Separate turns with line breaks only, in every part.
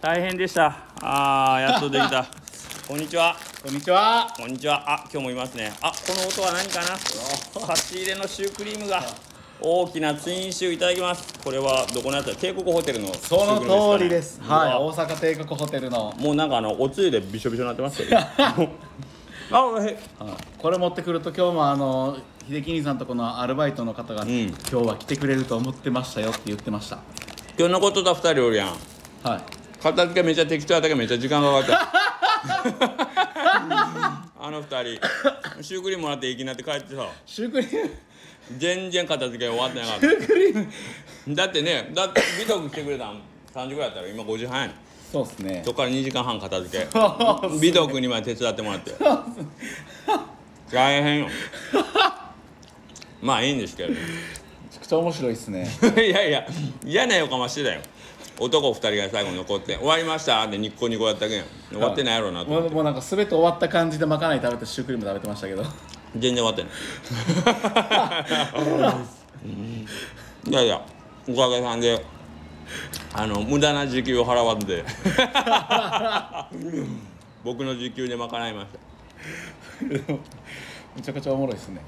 大変でしたあーやっとできた こんにちは
こんにちは。
こんにちはあ今日もいますねあこの音は何かな差 し入れのシュークリームが大きなツインシューいただきますこれはどこのやつだ帝国ホテルの
その通りです。
シュークリームかね
はい、
うわ
大阪帝国ホテルの。
もうなんかあのおつゆでびしょびしょになって ますけどあへ
これ持ってくると今日もあの秀樹兄さんとこのアルバイトの方が、
ん
今日は来てくれると思ってましたよって言ってました。
今日のことだ2人おるやん
はい。
片付けめっちゃ適当やったけどめっちゃ時間がかかった あの二人シュークリームもらって粋になって帰ってさ
シュークリーム。
全然片付け終わってなかっ
シュークリーム。
ただってねだって美徳来てくれたん3時ぐらいやったら今5時半やねん
そうですね
そ。っから2時間半片付け
そうっすね
美徳にまで手伝ってもらって大変よまあいいんですけどね
めちゃくちゃ面白いですね。
いやいや嫌な予感はしてたよ男二人が最後に残って「終わりました」ってニッコニコやったけん終わってないやろうなと思って
もうもうなんか全て終わった感じでまかない食べてシュークリーム食べてましたけど。
全然終わってないいやいやおかげさんであの無駄な時給を払わん で僕の時給で賄いまし
めちゃくちゃおもろいですね。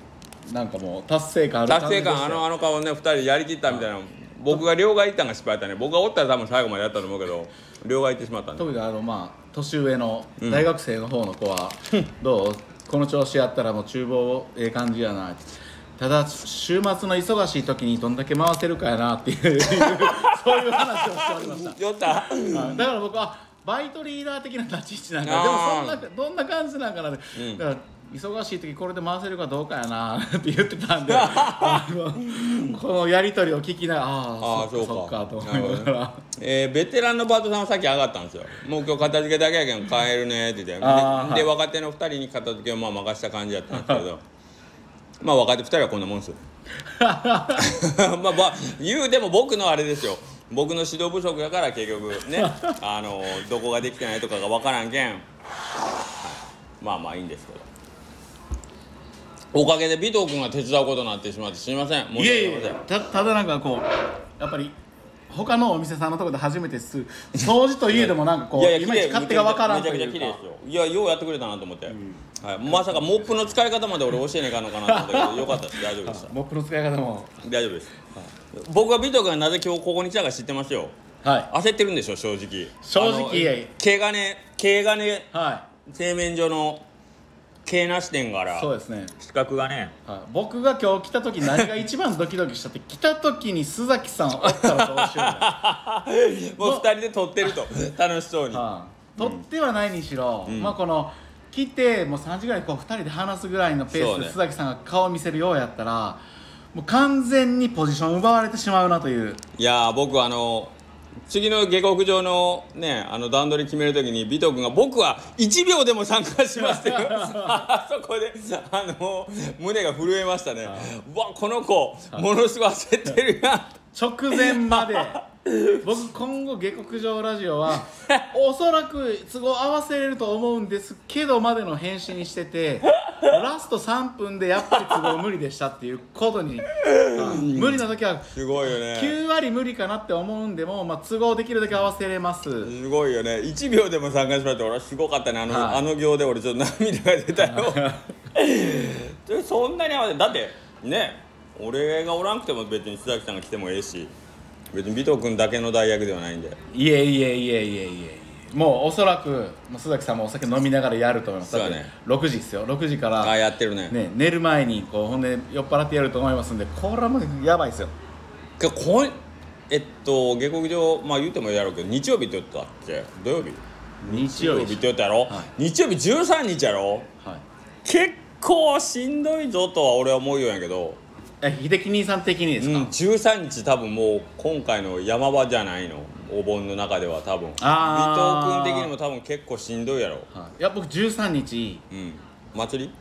なんかもう達成感あ
た
る感
達
じ
成感あのあの顔ね2人やりきったみたいな僕が両替行ったんが失敗だったね僕がおったら多分最後までやったと思うけど両替行ってしまったんで
特にあのまあ年上の大学生の方の子 は、どうこの調子やったらもう厨房ええ感じやなただ週末の忙しい時にどんだけ回せるかやなっていう そういう話をしておりました
酔った
はいだから僕はバイトリーダー的な立ち位置な
あー
んだでもそんなどんな感じなんかなって、だから忙しい時これで回せるかどうかやなって言ってたん であのこのやり取りを聞きながらあ
あ
あ
ー
そっか
そ
そうっ
か
かと思いな
な
が
るほ
ら。
えーベテランのバートさんはさっき上がったんですよ「もう今日片付けだけやけん帰るね」って言ってで,、
あー
で
は
若手の2人に片付けをまあ任した感じやったんですけ どまあ若手2人はこんなもんですよまあ、まあ、言うでも僕のあれですよ僕の指導不足だから結局 ねあのどこができてないとかが分からんけん、はいまあまあいいんですけどおかげで尾藤君が手伝うことになってしまってすみません申
い
し
え
訳
い
ございません
えたただなんかこうやっぱり他のお店さんのところで初めてする掃除といえどもなんかこういまいち勝手がわからんと
めちゃく
い
ちゃ綺
う
麗
か
ですよいやようやってくれたなと思って、はい、まさかモップの使い方まで俺教えねえかんのかなと思ったけどよかったです 大丈夫でした
モップの使い方も
大丈夫です、僕は尾藤君がなぜ今日ここに来たか知ってますよ
はい
焦ってるんでしょ正直
正直
あの毛がね毛がね
は
製麺所の毛なし店か
い
ら
そうですね
資格がね
はい、僕が今日来た時何が一番ドキドキしたって来た時に須崎さんおったらどうしよう か、
もう二人で撮ってると楽しそうに、
はい取ってはないにしろ、まあこの来てもう3時ぐらいにこう2人で話すぐらいのペ
そ
ー
う
ス
ね
で須崎さんが顔を見せるようやったらもう完全にポジション奪われてしまうなという
いやー僕はあの次の下克上のねあの段取り決めるときに尾藤君が「僕は1秒でも参加します」って いうあそこであの胸が震えましたねうわこの子ものすごい焦ってるや
直前まで僕今後下克上ラジオはおそらく都合合わせれると思うんですけどまでの返信にしててラスト3分でやっぱり都合無理でしたっていうことにうん無理な時は
んすごいよね
9割無理かなって思うんでも、まあ、都合できるだけ合わせれます
すごいよね1秒でも参加しますって俺はすごかったねあの,、
はい
あの行で俺ちょっと涙が出たよ でそんなに慌てだってね俺がおらんくても別に須崎さんが来てもええし別に尾藤君だけの代役ではないんで。
いえいえいえいえいえもうおそらくもう須崎さんもお酒飲みながらやると思います
そうだね
だって6時ですよ6時から
あやってるね
ね、寝る前にこうほんで酔っ払ってやると思いますんでこれはもうやばいですよ
けどこんえっと下克上まあ言うてもいいやろうけど日曜日って言ったっけ土曜日
日曜日
って言ったやろ、
は
日曜日13日やろ
はい
結構しんどいぞとは俺は思うようやけど、
え秀樹兄さん的にで
う
す
ん
か、、
13日多分もう今回の山場じゃないのお盆の中では多分
あ
伊
ー
藤君的にも多分結構しんどいやろ
はい、いや僕13日
うん祭り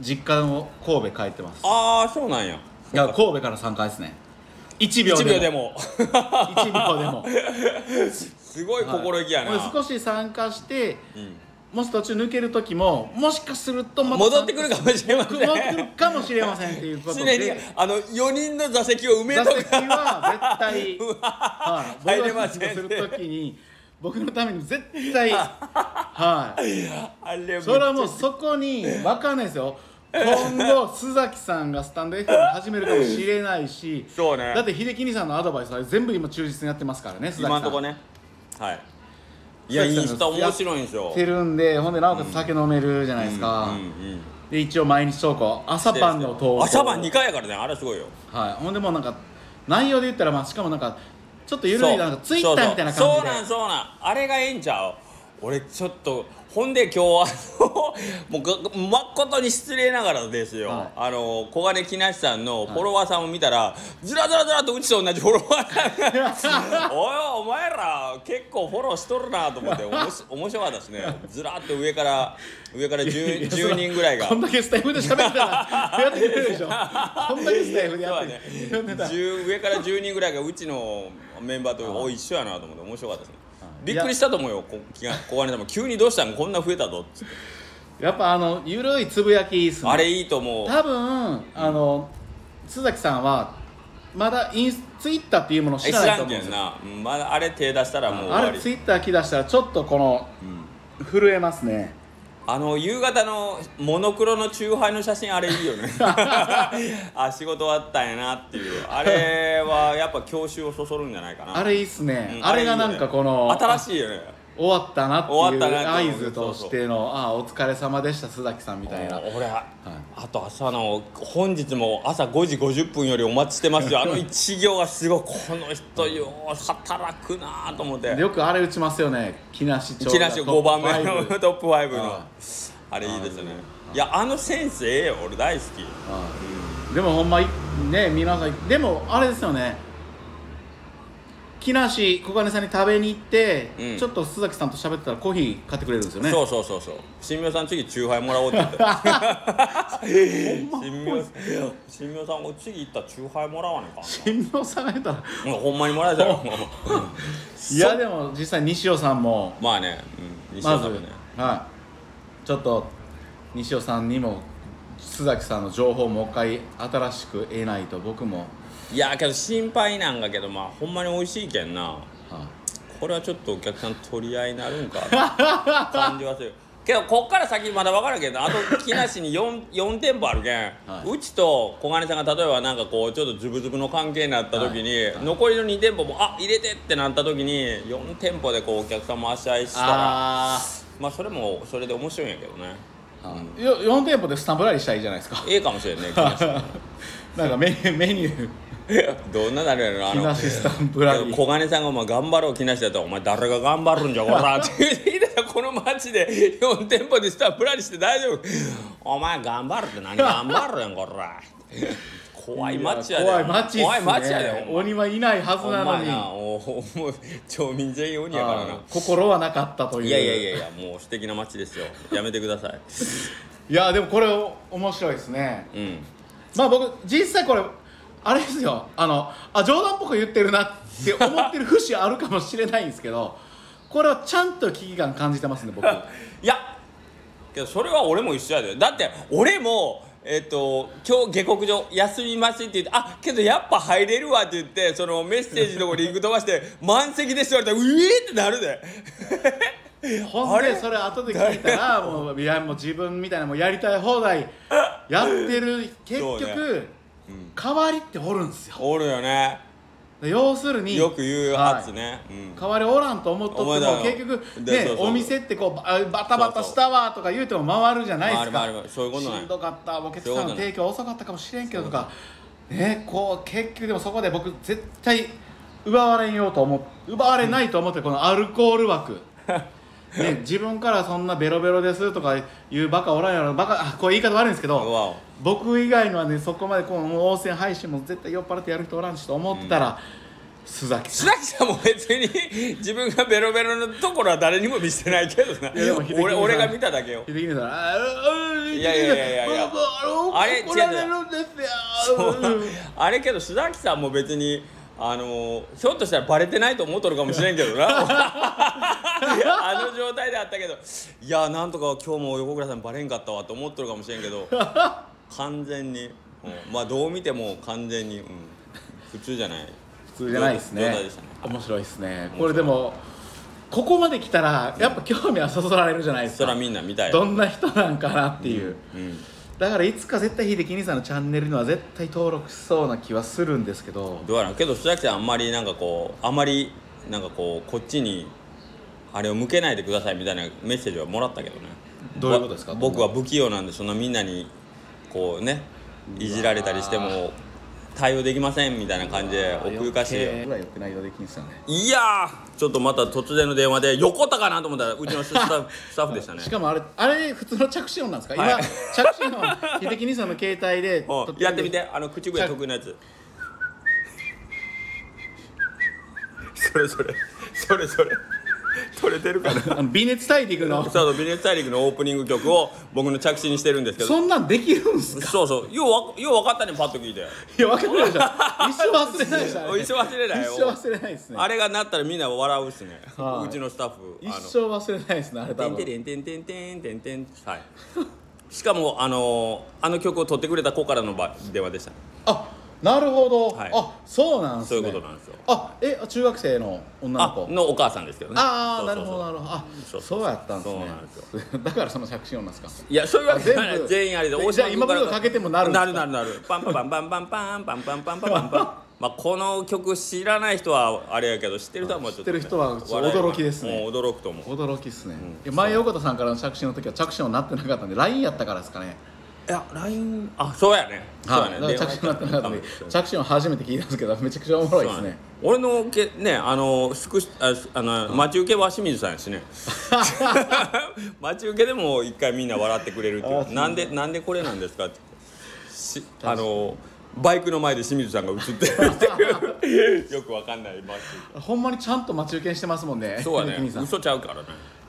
実家の神戸帰ってます
ああそうなんや
いや神戸から3回ですね1秒で
1
も
秒で も
1秒でも
すごい 心意気やな、
はいもう少し参加して
うん
もし途中抜ける時ももしかするとまた
戻ってくるかもしれません
戻ってくるかもしれませんっていうこと
常
で
にあの4人の座席を埋め
座
とく
席は絶対、はい、
入れません
僕が出場するときに僕のために絶 対はい
あれ
それはもうそこに分かんないですよ今後須崎さんがスタンド F を始めるかもしれないし
そうね
だって秀樹兄さんのアドバイスは全部今忠実にやってますからね須崎さん
今んとこねはいいやインスタ面白いんです
や
よ
ってるんでほんでなおかつ酒飲めるじゃないですか、
うんうん
で一応毎日投稿朝晩の投稿
朝晩2回やからねあれすごいよ
はいほんでもうなんか内容で言ったらまあしかもなんかちょっと緩いなんかツイッターみたいな感じで
そうそうなんそうなんあれがええんちゃう俺ちょっとほんで今日はあのもうが誠に失礼ながらですよ、
はい
あの小金木梨さんのフォロワーさんを見たら、ずらずらずらとうちと同じフォロワーさんが おいおいお前ら結構フォローしとるなと思っておもし面白かったですねずらって上から上から 10, 10人ぐらいが
こんだけスタイフで喋ってたら やってくれるでしょこんだけスタイ
そ
フで
う
やっ
は
て
ね
くれる、
10上から10人ぐらいがうちのメンバーとお一緒やなと思って面白かったですね
い
びっくりしたと思うよこ気が小金でも急にどうしたんこんな増えたぞっつって
やっぱあの緩いつぶやきっすね
あれいいと思う
多分あの須崎さんはまだインスツイッターっていうものを
え
知
知
らない
ら
と
ん
思うん
け
で
ん
すよ
なうんまだあれ手出したらもう終
あ
わ
れ
り
ツイッター来だしたらちょっとこの
うん
震えますね
あの夕方のモノクロのチューハイの写真あれいいよ ねあ仕事終わったんやなっていうあれはやっぱ教習をそそるんじゃないかな
あれいいっす
う
ね、
ん
あれ
いいよ
が
ね
なんかこの
新しいよね
終わったなって
終
い
わった
う
なって
合
思う
図としてのああお疲れ様でした須崎さんみたいな
俺、あと朝の本日も朝5時50分よりお待ちしてますよあの一行がすごいこの人よう働くなと思って
よくあれ打ちますよね木梨
一なし5番目の
の
トップ5の
は
あれいいですねいやあのセンスええよ俺大好き
でもほんまいね皆さんでもあれですよね木梨小金さんに食べに行って、
うん
ちょっと須崎さんと喋ってたらコーヒー買ってくれるんですよね
そうそうそうそう神妙さん次チューハイもらおうって言 ってた神妙さん神妙さんお次行ったらチューハイもらわねえか
新郎さんが言ったら
なほんまにもらえたよ
いやでも実際西尾さんも
まあね、うん、西
ま
野
ず
さんもね、
はいちょっと西尾さんにも須崎さんの情報をもう一回新しく得ないと僕も、
いやけど心配なんだけどまあほんまに美味しいけんな
は
これはちょっとお客さん取り合いになるんか な感じはするけどこっから先まだ分からんけどあと木梨に 4, 4店舗あるけん、
はいう
ちと小金さんが例えばなんかこうちょっとズブズブの関係になった時に、残りの2店舗もあ入れてってなった時に4店舗でこうお客さんも足合いしたら
あ
まあそれもそれで面白いんやけどね
あ、よ4店舗でスタンプラリーしたらいいじゃないですか
ええかもしれん ね木梨
なんかメニューメニュ
どんななるやろなあ
ー
の
なしスタンプラリー
小金さんが「お前頑張ろう木梨だとお前誰が頑張るんじゃこ ら」って言ってきたらこの町で4店舗でスタンプラリーして大丈夫お前頑張るって何頑張るやんこ ら怖い町やで
怖い街っすね
怖い町やで
鬼はいないはず
ほん
な
ま
の
や
に
なおおもう町民全員鬼やからな
あー心はなかったという
いやいやいやいやもう素敵な町ですよやめてください
いやでもこれお面白いですね
うん
まあ僕実際これあれですよあのあ冗談っぽく言ってるなって思ってる節あるかもしれないんですけどこれはちゃんと危機感感じてま すね僕
いやけどそれは俺も一緒やでだって俺もえっ、と今日下克上休みますって言ってあけどやっぱ入れるわって言ってそのメッセージのとこリンク飛ばして 満席ですって言われたらうえーってなるで
ほん
あ
で
れ
それ後で聞いた らもういやもう自分みたいなもうやりたい放題やってる結
そう
局、
ね
代わりっておるんですよ
おるよね
で要するに
よく言うやつね、うん
代わりおらんと思っとって
お前だ
も
よ
結局
でそ
ね
うそう
お店ってこうババタバタしたわとか言うても回るじゃないですか
回る回るそういうことなんや
しんどかったお客さん
そういう
の
ことなんや
提供遅かったかもしれんけどとかねこう結局でもそこで僕絶対奪われんようと思う奪われないと思ってこのアルコー ル枠ね、自分からそんなベロベロですとか言うバカおらんやろバカあこれ言い方悪いんですけど
うわお
僕以外のはねそこまでこのもう応戦配信も絶対酔っ払ってやる人おらんしと思ってたら、須崎さん
須崎さんも別に自分がベロベロのところは誰にも見せてないけどない
やでも秀樹さん
俺俺が見ただけよ
秀樹さんあーあー
いやいやいやいやいや
僕あ
あれ
れ怒られるんですようん
あれけど須崎さんも別にあのひょっとしたらバレてないと思っとるかもしれんけ どなあの状態であったけどいやなんとか今日も横倉さんバレんかったわと思っとるかもしれんけど完全に、うんまあどう見ても完全に、うん普通じゃない
普通じゃないです
状
ね
態でしたね
面白いですねこれでもここまで来たらやっぱ興味はそそられるじゃないです
そら
か
みんな見たい
どんな人なんかなっていう、
うん
だからいつか絶対秀樹兄さんのチャンネルには絶対登録しそうな気はするんですけど
どうやらんけど須崎さんあんまりなんかこうあまりなんかこうこっちにあれを向けないでくださいみたいなメッセージはもらったけどね
どういうことですか
わ僕は不器用なんでそんなみんなにこうねいじられたりしても対応できませんみたいな感じで奥ゆかしいよ
ぐらい良くないよできんすよね
いやーちょっとまた突然の電話で横田かなと思ったらうちのスタッ フスタッフでしたね
しかもあれあれ普通の着信音なんですか、
はい
今着信音秀樹兄さんの携帯で
お
撮
やってみてあの口笛得意なやつそれそれそれそれ取れてるかな
あの微熱大陸の
そうビジネス大陸のオープニング曲を僕の着信にしてるんですけど
そんなんできるんす か
そうそうようわよう分かったねパッと聞いて
いや分かんないでしょ 一生忘れないでしょあれ
一生忘れないよ
一生忘れないですね
あれがなったらみんな笑うしね、
はいう
ちのスタッフ
一生忘れないですねあれ
あ
多
のてん
分
てんてんてんてんてんてんはいしかもあのーあの曲を取ってくれた子からのば電話でした
あなるほど、
はい
あそうなんす
そう
ね
いうことなんですよ
あえ中学生の女の
あ
子
のお母さんですけどね
ああ
そ
な
うそ
る
うそ
ほ
う
どなるほどあ
そうそう
そうやったんです
そ
ね
うなんですよ
だからその着信音なんですか
いやそういうわけじゃない
あ全 部
全員あれで
え
大島
じゃあ今
君ら
僕がかけてもなるんです
なる
か
なるなるパンパンパンパンパンパンパンパンパンパン パンパンまあこの曲知らない人はあれやけど知ってる人はもうちょっと、
知ってる人は
笑える
驚きですね
もう驚くと思う
驚きっすね、いや前横田さんからの着信の時は着信音なってなかったんで LINE やったからですかね
いや LINE あそうやねそう
は
や
い
ね
だから着信音なってなかったんで 着信音初めて聞いたんですけどめちゃくちゃおもろいですね
俺のけねあの宿あすあの待ち受けは清水さんやし ね待ち受けでも一回みんな笑ってくれるってい
あ
うなんでなんでこれなんですかってしあのバイクの前で清水さんが映ってるって いうよくわかんない待ち受
ほんまにちゃんと待ち受けにしてますもんね
けそうや
ひろき
ね
みさん
嘘ちゃうからね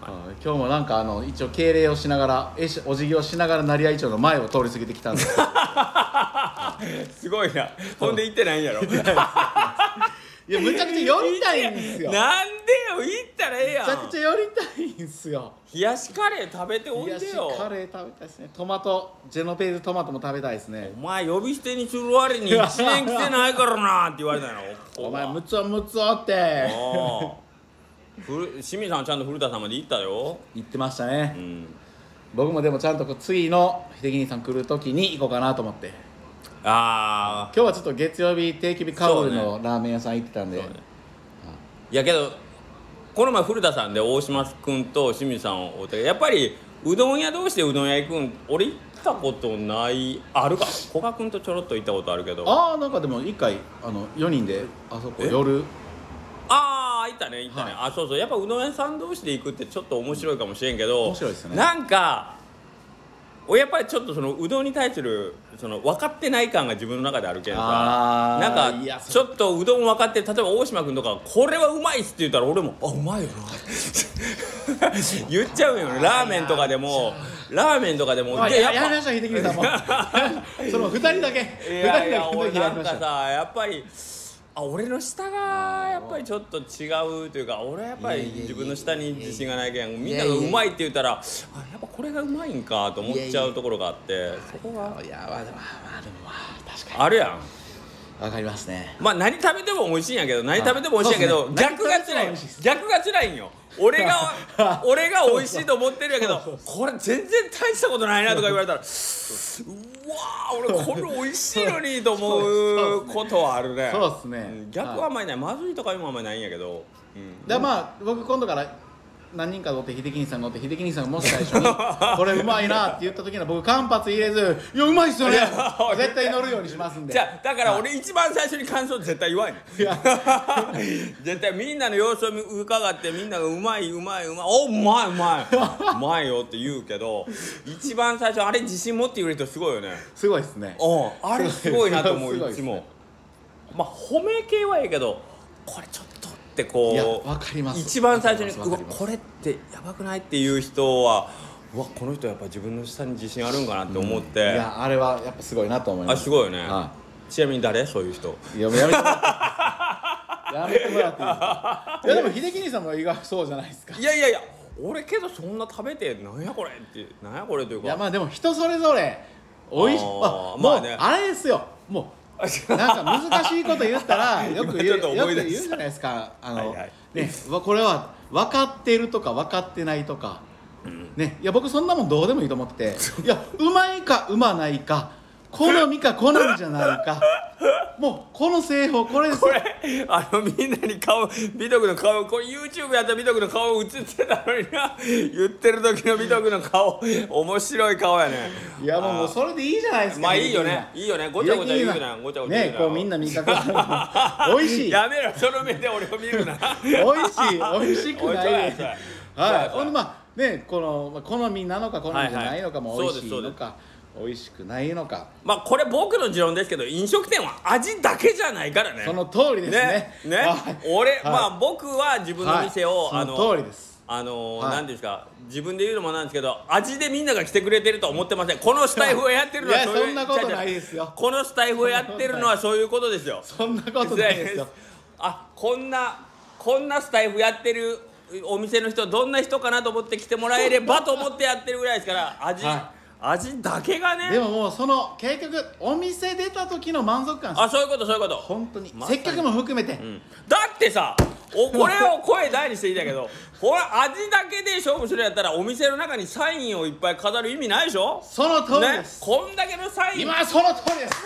はい今日もなんかあの一応敬礼をしながらえしお辞儀をしながら成合町の前を通り過ぎてきた んです
すごいな ほんで行ってないんや ろなんで
いやむちゃくちゃ寄りたいんですよ
よ
め
行ったらええや
ちゃく
ん
ちゃ寄りたいんですよ
冷やしカレー食べておい
冷やし
でよ
カレー食べたいですねトマトジェノベーゼトマトも食べたいですね
お前呼び捨てにする割に1年来てないからなって言われたよ
お前むつおむつおって
ああふる清水さんちゃんと古田さんまで行ったよ
言ってましたね、
うん
僕もでもちゃんとこう次の秀樹兄さん来る時に行こうかなと思って
ああ
今日はちょっと月曜日定期日カオルのラーメン屋さん行ってたんで、
そうねいやけどこの前古田さんで大島君と清水さんを追ったけどやっぱりうどん屋同士でうどん屋行くん俺行ったことないあるか古賀君とちょろっと行ったことあるけどあ
ああなんかでも一回あの4人であそこ
え
夜
あー行ったね行ったね、
は
あそうそうやっぱうどん屋さん同士で行くってちょっと面白いかもしれんけど、
面白いですね
なんか俺やっぱりちょっとそのうどんに対するその分かってない感が自分の中であるけんさ
あー
なん
いや
か
そ
ちょっとうどん分かって例えば大島君とか「これはうまいっす」って言ったら俺も「あうまい よな」 言っちゃうよねラーメンとかでもラーメンとかでも
あ
で
やや
っ
りま
ぱ
した秀樹兄さ んもその2人だけ
い
2人だ
や
け
いや俺
や
な
り
ん
ま
か
した
さやっぱりあ俺の下がやっぱりちょっと違うというか俺はやっぱり自分の下に自信がないけんみんながうまいって言ったらあやっぱこれがうまいんかと思っちゃうところがあってそこが
いやまあでもまあでもまあ確か
あるやん
にわかりますね
まあ何食べても美味しいんやけど何食べても美味しいんやけど、
そうですね
逆が辛い
何食べても美味しいです
逆が辛いんよ俺 が俺が美味しいと思ってるやけどこれ全然大したことないなとか言われたらうわー俺これ美味しいのにと思うことはあるね
そうっすね
ん逆はあんまりないまずいとかいうのはあんまりないんやけど、うん
でまあ僕今度から何人か乗って秀樹兄さん乗って秀樹兄さんがもし最初に 「これうまいな」って言った時には僕間髪入れず「いやうまいっすよね」絶対乗るようにしますんで
じゃあだから俺一番最初に感想絶対言わんよ 絶対みんなの様子を伺ってみんなが「うまいうまいうまいおうまいうまいうまいよ」って言うけど一番最初あれ自信持って言う人すごいよね
すごいですね
うんあれすごいなと思
すご
う
い
い
っ
つ
す
も
ね
まあ褒め系はいいけどこれちょっとって
いや
こ
わかりま
う
す
一番最初に「
わ
う
か
わ
ります
これってやばくない?」っていう人は「うわこの人やっぱ自分の下に自信あるんかな」って思っ
い
て
やあれはやっぱすごいなと思いま
あ
す
すごいよね
は
ちなみに誰そういう人
いいやもうやめてもらっていいですかやめてもらっていいですかいやでも秀樹兄さんも意外そうじゃないですか
いやいやいや俺けどそんな食べてなんやこれってなんやこれという
いや
か
まあでも人それぞれおいしい
あー
あ
ま
も
あ
う
ね
あれですよもうなんか難しいこと言ったらよく言 う
今ちょっと
よ
思
く
い
言う
出した
じゃないですかあの、
はいはい
ねうわこれは分かってるとか分かってないとか、ね、いや僕そんなもんどうでもいいと思ってていやうまいかうまないか好みか好みじゃないかもうこの製法これで す
これあのみんなに顔美徳の顔これ YouTube やったら美徳の顔映ってたのにな言ってる時の美徳の顔面白い顔やね
いやもうもうそれでいいじゃないですか、
まあいいよねいいよねごちゃごちゃ言うなごちゃごちゃ言う
ね
な
こうみんな見かけた ら美味しい
やめろその目で俺を見るな
美味しい美味し く
おい
な
そうや
い
そうや
はいほんでまあねこのまあ好みなのか好みじゃないのか
はい
も
はい
美
そうで
味
す
しいのか美味しくないのか
まあこれ僕の持論ですけど飲食店は味だけじゃないからね
その通りですね
ね
はい
俺、
はい
まあ僕は自分の店を、
はい
あ
その
の
通りです
あの
は
何、
い
ていうんですか自分で言うのもなんですけど味でみんなが来てくれてるとは思ってませんこのスタイフをやってるのはい
や
そういう
そんなこと
違う違う
ないです よ
このスタイフをやってるのはそういうことですよ
そんなことないですよ
あこんなこんなスタイフやってるお店の人どんな人かなと思って来てもらえればと思ってやってるぐらいですから味、
は
味だけがね
でももうその結局お店出た時の満足感です
あそういうことそういうこと
本当に
まさ
接
に
客も含めて、
だってさおこれを声大にしていいんだけどこれ味だけで勝負するんやったらお店の中にサインをいっぱい飾る意味ないでしょ
その通り
ね
です、
こんだけのサイン
今その通りです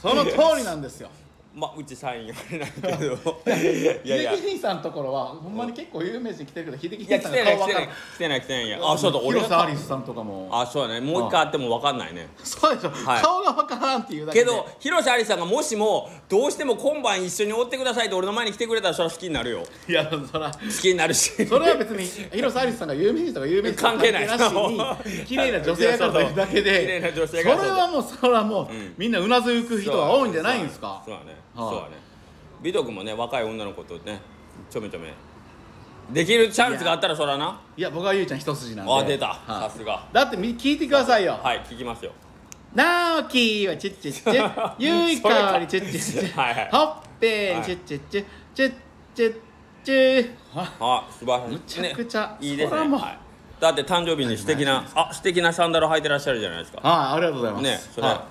その通りなんですよ
まあうちサインはれないけ どいやいや
秀樹兄さんのところはほんまに結構有名人来てるけど秀樹
いや来
兄さん
て
の
ない
顔
来
分
て
か
ない
る
来てない来てないんやあそうだ俺
広瀬ア
が
リスさんとかも
あそうだねもう一回会っても分かんないね
そうでしょ、
はい
顔が分からんっていうだけ
け
で
ど広瀬アリスさんがもしもどうしても今晩一緒におってくださいって俺の前に来てくれたらそれは好きになるよ
いやそら
好きになる し
それは別に広瀬アリスさんが有名人とか有名人とか
関係ない
し に綺麗な女性やからというだけで
綺麗な女性
そ
が
れはもうそれはもう、みんなうなずく人は多いんじゃないんですか
そうだね
はい
そうだね美徳もね若い女の子とねちょめちょめできるチャンスがあったらそらない
や僕はゆいちゃん一筋なんで
あ出た
は
さ
い
すが
だってみ聞いてくださいよ、
はい聞きますよ
なおきはチュッチュッチュゆいかおりチュッチュッチ
はいはい
ュほっぺーにチュッチュッチュチュッチュッチュあ
あ素晴らしい
むちゃくちゃ
ねいいです
そら
ね
もう
はいだって誕生日に素敵なあ素敵なサンダル履いてらっしゃるじゃないですか
はいありがとうございます
ねそれ
は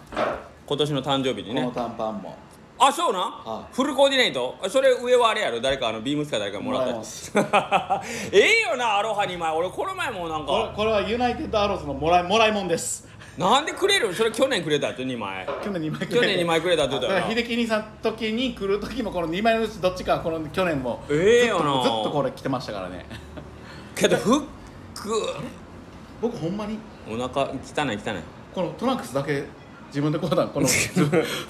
今年の誕生日に
いこの
ね
短パンも
あそうな
は
フルコーディネートあそれ上はあれやろ誰かあのビームスか誰かもらった
もらい
や
ま
つ ええよなアロハに前俺この前もなん
これ
か
これはユナイテッドアローズのもらいもらいもんです
なんでくれるそれ去年くれたって2枚
去年2枚くれ
去年2枚くれたって言った
だか
よな
ら秀樹兄さん時に来る時もこの2枚のうちどっちかはこの去年も
ええ
ずっ
よな
とずっとこれ着てましたからね
けどフッ
僕ほんまに
クお腹汚い汚い
このトランクスだけ自分でこうだこの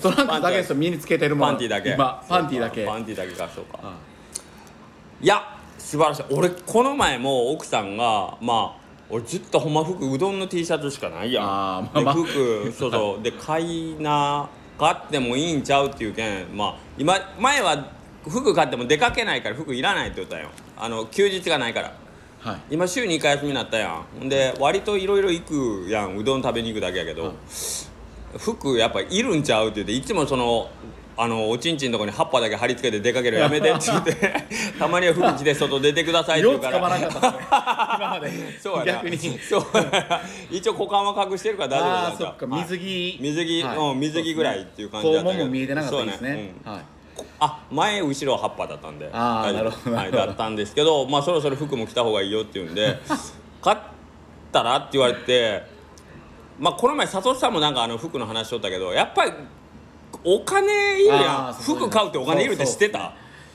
トランクスだけですよ身につけてるもの
パンティだけ
今パンティだけ
パンティだけかそうか、いや素晴らしい俺この前も奥さんがまあ俺ずっとほんま服うどんの T シャツしかないやん
あーまあ
で
まあ
服そうそうで買いな買ってもいいんちゃうっていうけんまあ今前は服買っても出かけないから服いらないって言ったんよあの休日がないから
はい
今週2回休みになったやんほんで割といろいろ行くやんうどん食べに行くだけやけど、服やっぱいるんちゃうって言っていつもそのあのおちんちんのとこに葉っぱだけ貼り付けて出かけるのやめてって言って たまには服着て外出てくださいって 言う
ようつ
か。
かまなからったですね
そう
今ま
や
で
な
逆に
そう一応股間は隠してるから大丈夫だ
ああ
っ
そ
た
っか
はい
水着
水着
はい
うん水着ぐらいっていう感じだったけど
肛門も見えてなかったです
そうね
ね
うん
はい
あ前後ろ葉っぱだったんで
あ
大
ー
丈夫
なるほど
はい、
なるほ
だ
ど
ったんですけど、まあ、そろそろ服も着た方がいいよっていうん で買ったらって言われて、まあ、この前佐藤さんもなんかあの服の話しとったけどやっぱりお金いるやん
あーそう
服買うってお金いるって知ってた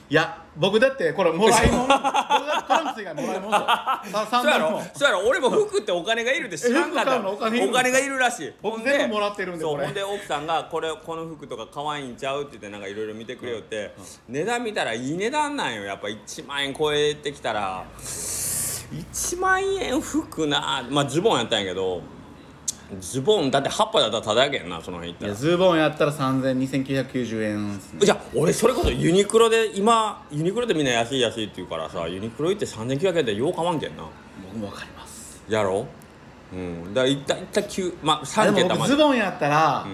いや僕だってこれもらいもん僕だってトランクス以外もらいも んですよさ
そ
三
うや
段
ろ
も
そうやろ俺も服ってお金がいるって知らんかっ
え
た
服買うのお金いるんですか
がいるらしい
僕
ほんで
全部もらってるんで
そう
これ
ほんで奥さんがこれこの服とか可愛いんちゃうって言ってなんかいろいろ見てくれよって値段見たらいい値段なんよやっぱ1万円超えてきたら1万円服なまあズボンやったんやけどズボンだって葉っぱだったらただやけんなその辺行った
い
ら
やズボンやったら32,990円ですね
じゃあ俺それこそユニクロで今ユニクロでみんな安い安いって言うからさユニクロ行って3900円でよう買わんけんな
僕もわかります
やろうんだからいったいった9まあ3
でも
桁
僕
ま
ズ
で
ボンやったら、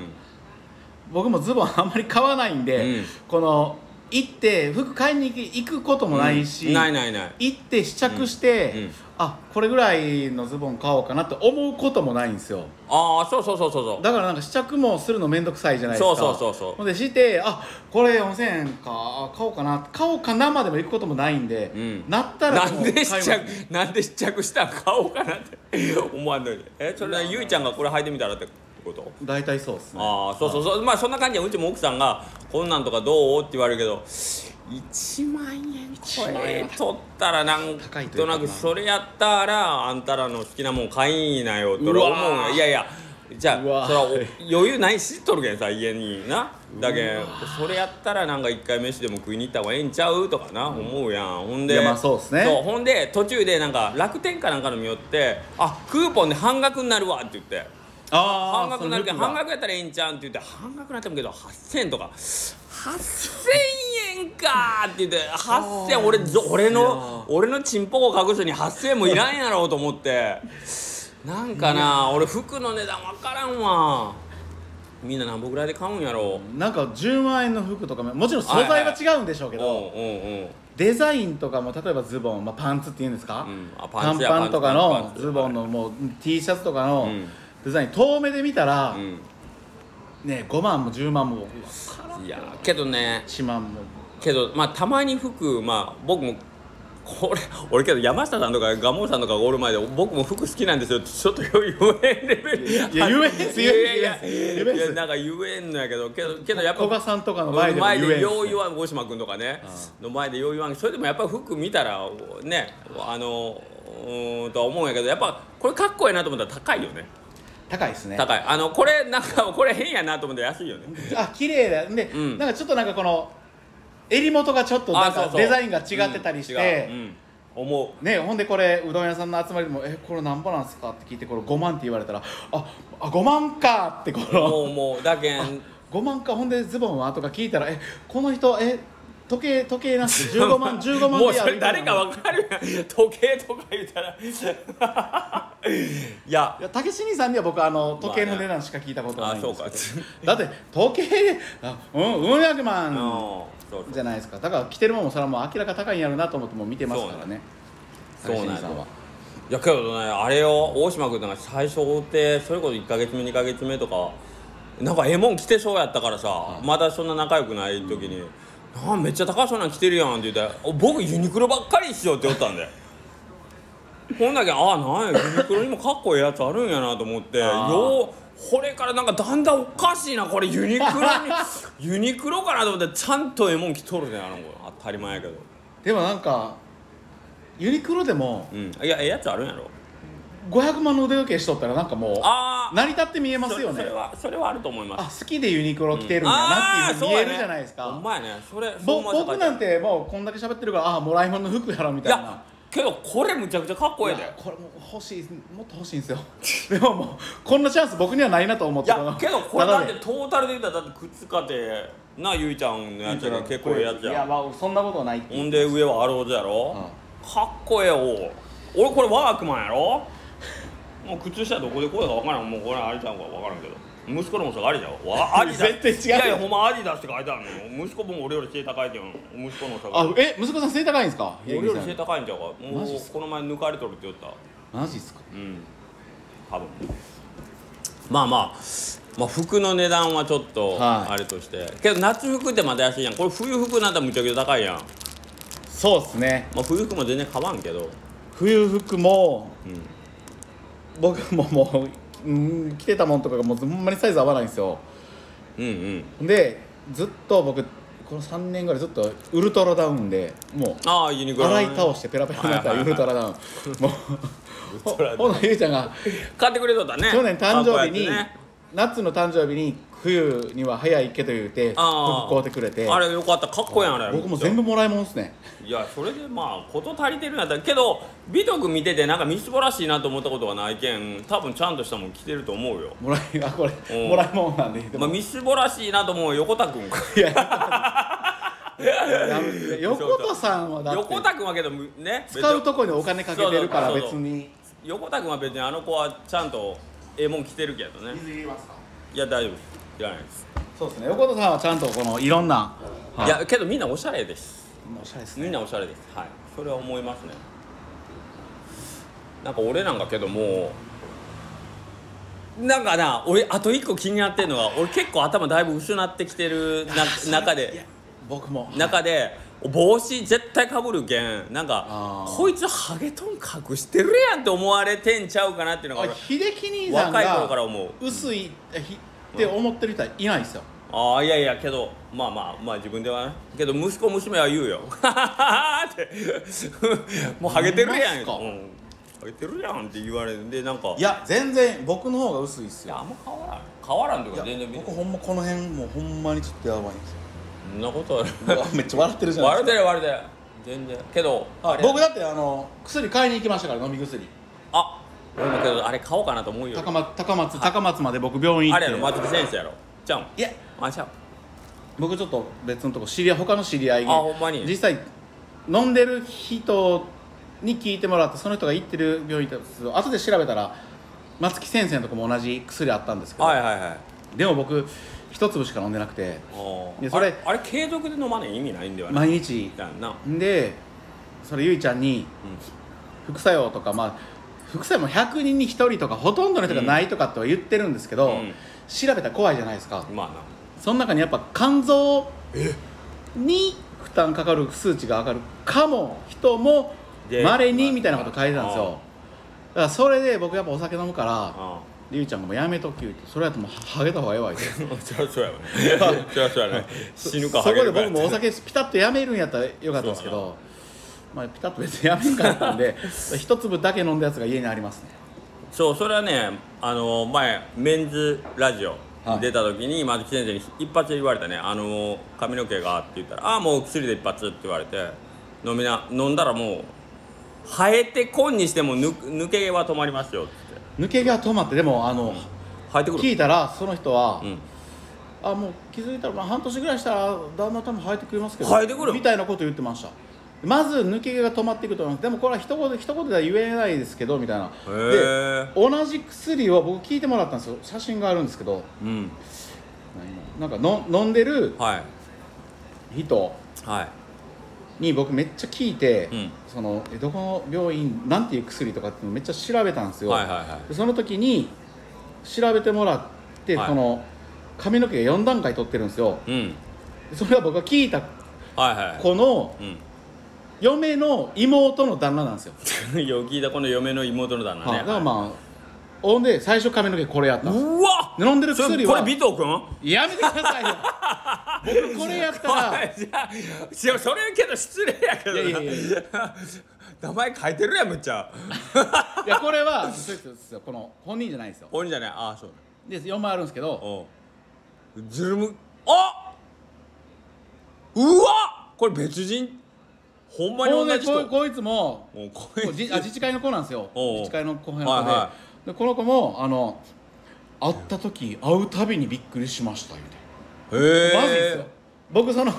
僕もズボンあんまり買わないんで、
うん
この行って服買いに行く行くこともないし、
ないないない
行って試着して、あこれぐらいのズボン買おうかなって思うこともないんですよ
ああそうそうそうそうそう
だからなんか試着もするの面倒くさいじゃないですか
そうそうそうそう
ほんでしてあこれ4000円かあ買おうかな買おうかなまでも行くこともないんで、
ん
なったら
な
も
ん
う
で
買い
試
ます
着なんで試着したん買おうかなって思わんのにえそれはゆいちゃんがこれ履いてみたらってこと
大体そうですね
ああそうそうそうまあそんな感じでうちも奥さんが「こんなんとかどう?」って言われるけど1万円
1
こ
万
れ
円
取ったらなん
高いとい
と
うか
なくそれやったらあんたらの好きなもん買いんなよと俺は思う
うわ
が
ー
いやいやじゃあ
うわー
それはお余裕ないしっとるけんさ家になだけ
うんわ
それやったらなんか一回飯でも食いに行った方がええんちゃうとかな思うやんほんで
いやまあそうっすね
そうほんで途中でなんか楽天かなんかのによってあクーポンで半額になるわって言って
あ
半額になるけど
その
半
ループ
額
が
やったらええんちゃうんって言って半額になってもけど8000円とか8000円かーって言って8000円俺ぞ俺の俺のチンポコ隠すに8000円もいらんやろうと思ってなんかな俺服の値段分からんわみんな何ぼぐらいで買うんやろう
なんか10万円の服とかももちろん素材は違うんでしょうけど、
うんうんうん
デザインとかも例えばズボン、まあ、パンツっていうんですか、
うんあパ
パ
ン
ン
ツや
パンとか
パンツパ
の
ンツ
ズボンのもう T シャツとかの
うん
デザイン、遠目で見たら、
う
ね5万も10万も
んいやーけどね
1万も
けどまあたまに服まあ僕もこれ 俺けど山下さんとか蒲生さんとかがおる前で僕も服好きなんですよちょっと言えんレベルいや
いや言えんす言えんす
いやいや
言えんす
いやなんか言えんのやけどけどけどやっぱ
古賀さんとかの前でも言えんすね
前でよう言わん大島君とかねの前でよう言わんそれでもやっぱ服見たらねあのうーんとは思うんやけどやっぱこれかっこいいなと思ったら高いよね
高いですね
高いあのこれなんかこれ変やなと思ったら安いよね
あ綺麗だで、
ん
なんかちょっとなんかこの襟元がちょっとなん
あそう
か
そう
デザインが違ってたりして、
うん違ううん思う
ね、ほんでこれうどん屋さんの集まりでも「えこれなんぼなんすか?」って聞いてこれ5万って言われたら「ああ5万か」ってこの
もうもうだけん
5万かほんでズボンはとか聞いたら「えこの人え時計時計なし15万15万
もう
でや
そ
る
れ誰かわかるやん時計とか言うたらいや
いやたけし兄さんには僕あの時計の値段しか聞いたことないん
あ
です
そ
よ
うか
だって時計であうんうん百
あ
万
のそう
じゃないですかだから着てるもんもそれはもう明らか高いんやろうなと思ってもう見てますからね
そうなん
た
や
けし兄さんはい
やけどねあれを大島君とか最初追ってそれこそ1か月目2か月目とかなんかええもん着てそうやったからさ、まだそんな仲良くない時に「あめっちゃ高そうなん着てるやん」って言って「お僕ユニクロばっかりっしよ」って言ったんでほんだけああなんやユニクロにもかっこいいやつあるんやなと思って
あー
ようこれからなんかだんだんおかしいなこれユニクロにユニクロかなと思ってちゃんとええもん着とるねあの子当たり前やけど
でもなんかユニクロでも
うんいやええやつあるんやろ
500万の腕時計しとったらなんかもう
ああ
成り立って見えま
そ
すよ
そ
ね
れはそれはあると思います
あ好きでユニクロ着てるんだなっていうふうに見えるじゃないです
あーそうやねほん
か、
まやねそれ
ぼ
そう思わせた
僕なんてもうこんだけ喋ってるからああもらい物の服やろみ
い
たいな
やけどこれむちゃくちゃかっこええ
い
だよ
やこれもう欲しいもっと欲しいんですよ でももうこんなチャンス僕にはないなと思っ
い
て
やけどこれだ
な
ってトータルで言ったらだって靴買ってなゆいちゃんのやつが結構ええやつ
い
や
や
ん
まあそんなことはないって
ほんで上はアローズやろ、かっこええよ俺これワークマンやろもう靴下どこでこうやか分からんもうこれありちゃんか分からんけど息子のもそれありじゃんわアディダス
絶対違う
いやいやほんまアディダスって書いてあるの息子も俺より背高いけど息子のさ
あえ息子さん背高いんですか
俺より背高いんちゃうかも
マ
う
ジっすか
この前抜かれとるって言った
マジっすか
うん多分まあまあまあ服の値段はちょっと
はい
あれとして、けど夏服ってまだ安いやんこれ冬服なんてむちゃくちゃ高いやん、
そうっすね
まあ、冬服も全然買わんけど
冬服も、
ん
僕ももう、うん、着てたもんとかがもうほんまにサイズ合わないんですよ
うんうん
でずっと僕この3年ぐらいずっとウルトラダウンでもう
ああユニクロ
洗い倒してペラペラになった
はいはいはい
ウルトラダウンもうほ
トラダウン
ほなゆうちゃんが
買ってくれとったね
去年誕生日に
あこうやってね
夏の誕生日に冬には早いけと言うて服
あー
買うてくれて
あれよかったかっこええやんあれ
僕も全部もらいもんっすね
いやそれでまあ事足りてるんやったらけど美徳見ててなんかみすぼらしいなと思ったことがないけん多分ちゃんとしたもん着てると思うよ
もらいあこ
うん
れもらいもんなんでで
まあ
も
みすぼらしいなと思う横田君か
いややめて横田さんは だって
横田君はけどね
使うとこにお金かけてるから
そうそう
別
そう
に
横田君は別にあの子はちゃんとええもん着てるけどね
水入れますか
いや大丈夫ですいらないです、、
そうですね横田さんはちゃんとこのいろんな、はい
やけどみんなおしゃれです
おしゃれですね
みんなおしゃれですはいそれは思いますねなんか俺なんかけどもなんかな俺あと一個気になってるのが俺結構頭だいぶ薄なってきてる な中で
僕も
中で帽子絶対かぶるけんなんか
あー
こいつハゲトン隠してるやんって思われてんちゃうかなっていうのが俺
秀樹兄さん
若い頃から
が
思う
薄いひって思ってる人はいないですよ
ああいやいやけどまあまあまあ自分ではねけど息子娘は言うよ って もうハゲてるやん、うん、
ほんまっすか
ハゲてるやんって言われるんでなんか
いや全然僕の方が薄いっす
いや
よ
あんま変わらん変わらんと
い
か
や
全然見て
僕ほんまこの辺もうほんまにちょっとやばいんですよ
そんなことは
うわめっちゃ笑ってるじゃない
割
で
れて
す
る割れてる全然けど
か
あれ
僕だってあの薬買いに行きましたから飲み薬
あ俺もけどあれ買おうかなと思うよ
高松高松高松まで僕病院行
あ
っ
れ
て
やろ松木先生やろちゃうん
いや
あちゃう
僕ちょっと別のとこ知り合い他の知り合いに
あほんまに
実際飲んでる人に聞いてもらってその人が行ってる病院だと後で調べたら松木先生のとこも同じ薬あったんですけど、
はいはいはい
でも僕一粒しか飲んでなくて
お
いや
ー
そ
あ
れ
れあれ継続で飲まない意味ないんだよね
毎日
だよな
でそれゆいちゃんに副作用とかまあ副作用も100人に1人とかほとんどの人がないとかっては言ってるんですけど、
うん
調べたら怖いじゃないですか、
うんまあな
その中にやっぱ肝臓に負担かかる数値が上がるかも人も
で
まれにみたいなこと書いてたんですよだからそれで僕やっぱお酒飲むから
あ
りゅうちゃんが「もうやめとき」ってそれやともうハゲた方がえ えわ言うて
あそりゃそうやわね そりゃそうやね死ぬかハ
そこ
ゲ
で
るか
僕もお酒ピタッとやめるんやったらよかったんですけ
そうや
どまあピタッと別にやめんかったんで 一粒だけ飲んだやつが家にありますね
そうそれはねあの前メンズラジオ
はい
出た時に松木先生に一発言われたね「あの髪の毛が」って言ったら「ああもう薬で一発」って言われて飲みな飲んだらもう生えてこんにしても抜抜け毛は止まりますよって言って
抜け毛が止まってでもあの、
生えてく
聞
る
いたらその人は、
ん
あもう気づいたらまあ半年ぐらいしたら旦那多分生えてくれますけど
生えてくる
みたいなこと言ってましたまず抜け毛が止まっていくと思いますでもこれは一言一言では言えないですけどみたいな
へ
で
え
同じ薬を僕聞いてもらったんですよ写真があるんですけど
うん
なんかの飲んでる
はい
人
はい
に僕めっちゃ聞いて、
うん
そのえどこの病院なんていう薬とかっていうのめっちゃ調べたんですよ、
はいはいはい
でその時に調べてもらって、
はい
その髪の毛が4段階取ってるんですよ
うん
それは僕が聞いた
はいはい
子の
うん
嫁の妹の旦那なんです よ、
よく聞いたこの嫁の妹の旦那
はい
ね
だからまあほんで最初髪の毛これやったんです
うわ
で飲んでる
それ
薬
こ
は
れ尾藤君
やめてくださいよ 僕これやったら
いやいやそれけど失礼やけどない
やいやい
名前書いてるやんむっちゃ
いやこれはそうですよこの本人じゃないんですよ
俺じゃないああそう
で4枚あるんですけど
おうズルムあうわこれ別人ほんまに
ほん
同
で
じ
こ
人
いこいつも
もうこ
こうじあ自治会の子なんですよ
おうおう
自治会の後輩の子で,、
はいは
でこの子もあの会った時会うたびにびっくりしましたみたいな
へえ
マジですよ僕その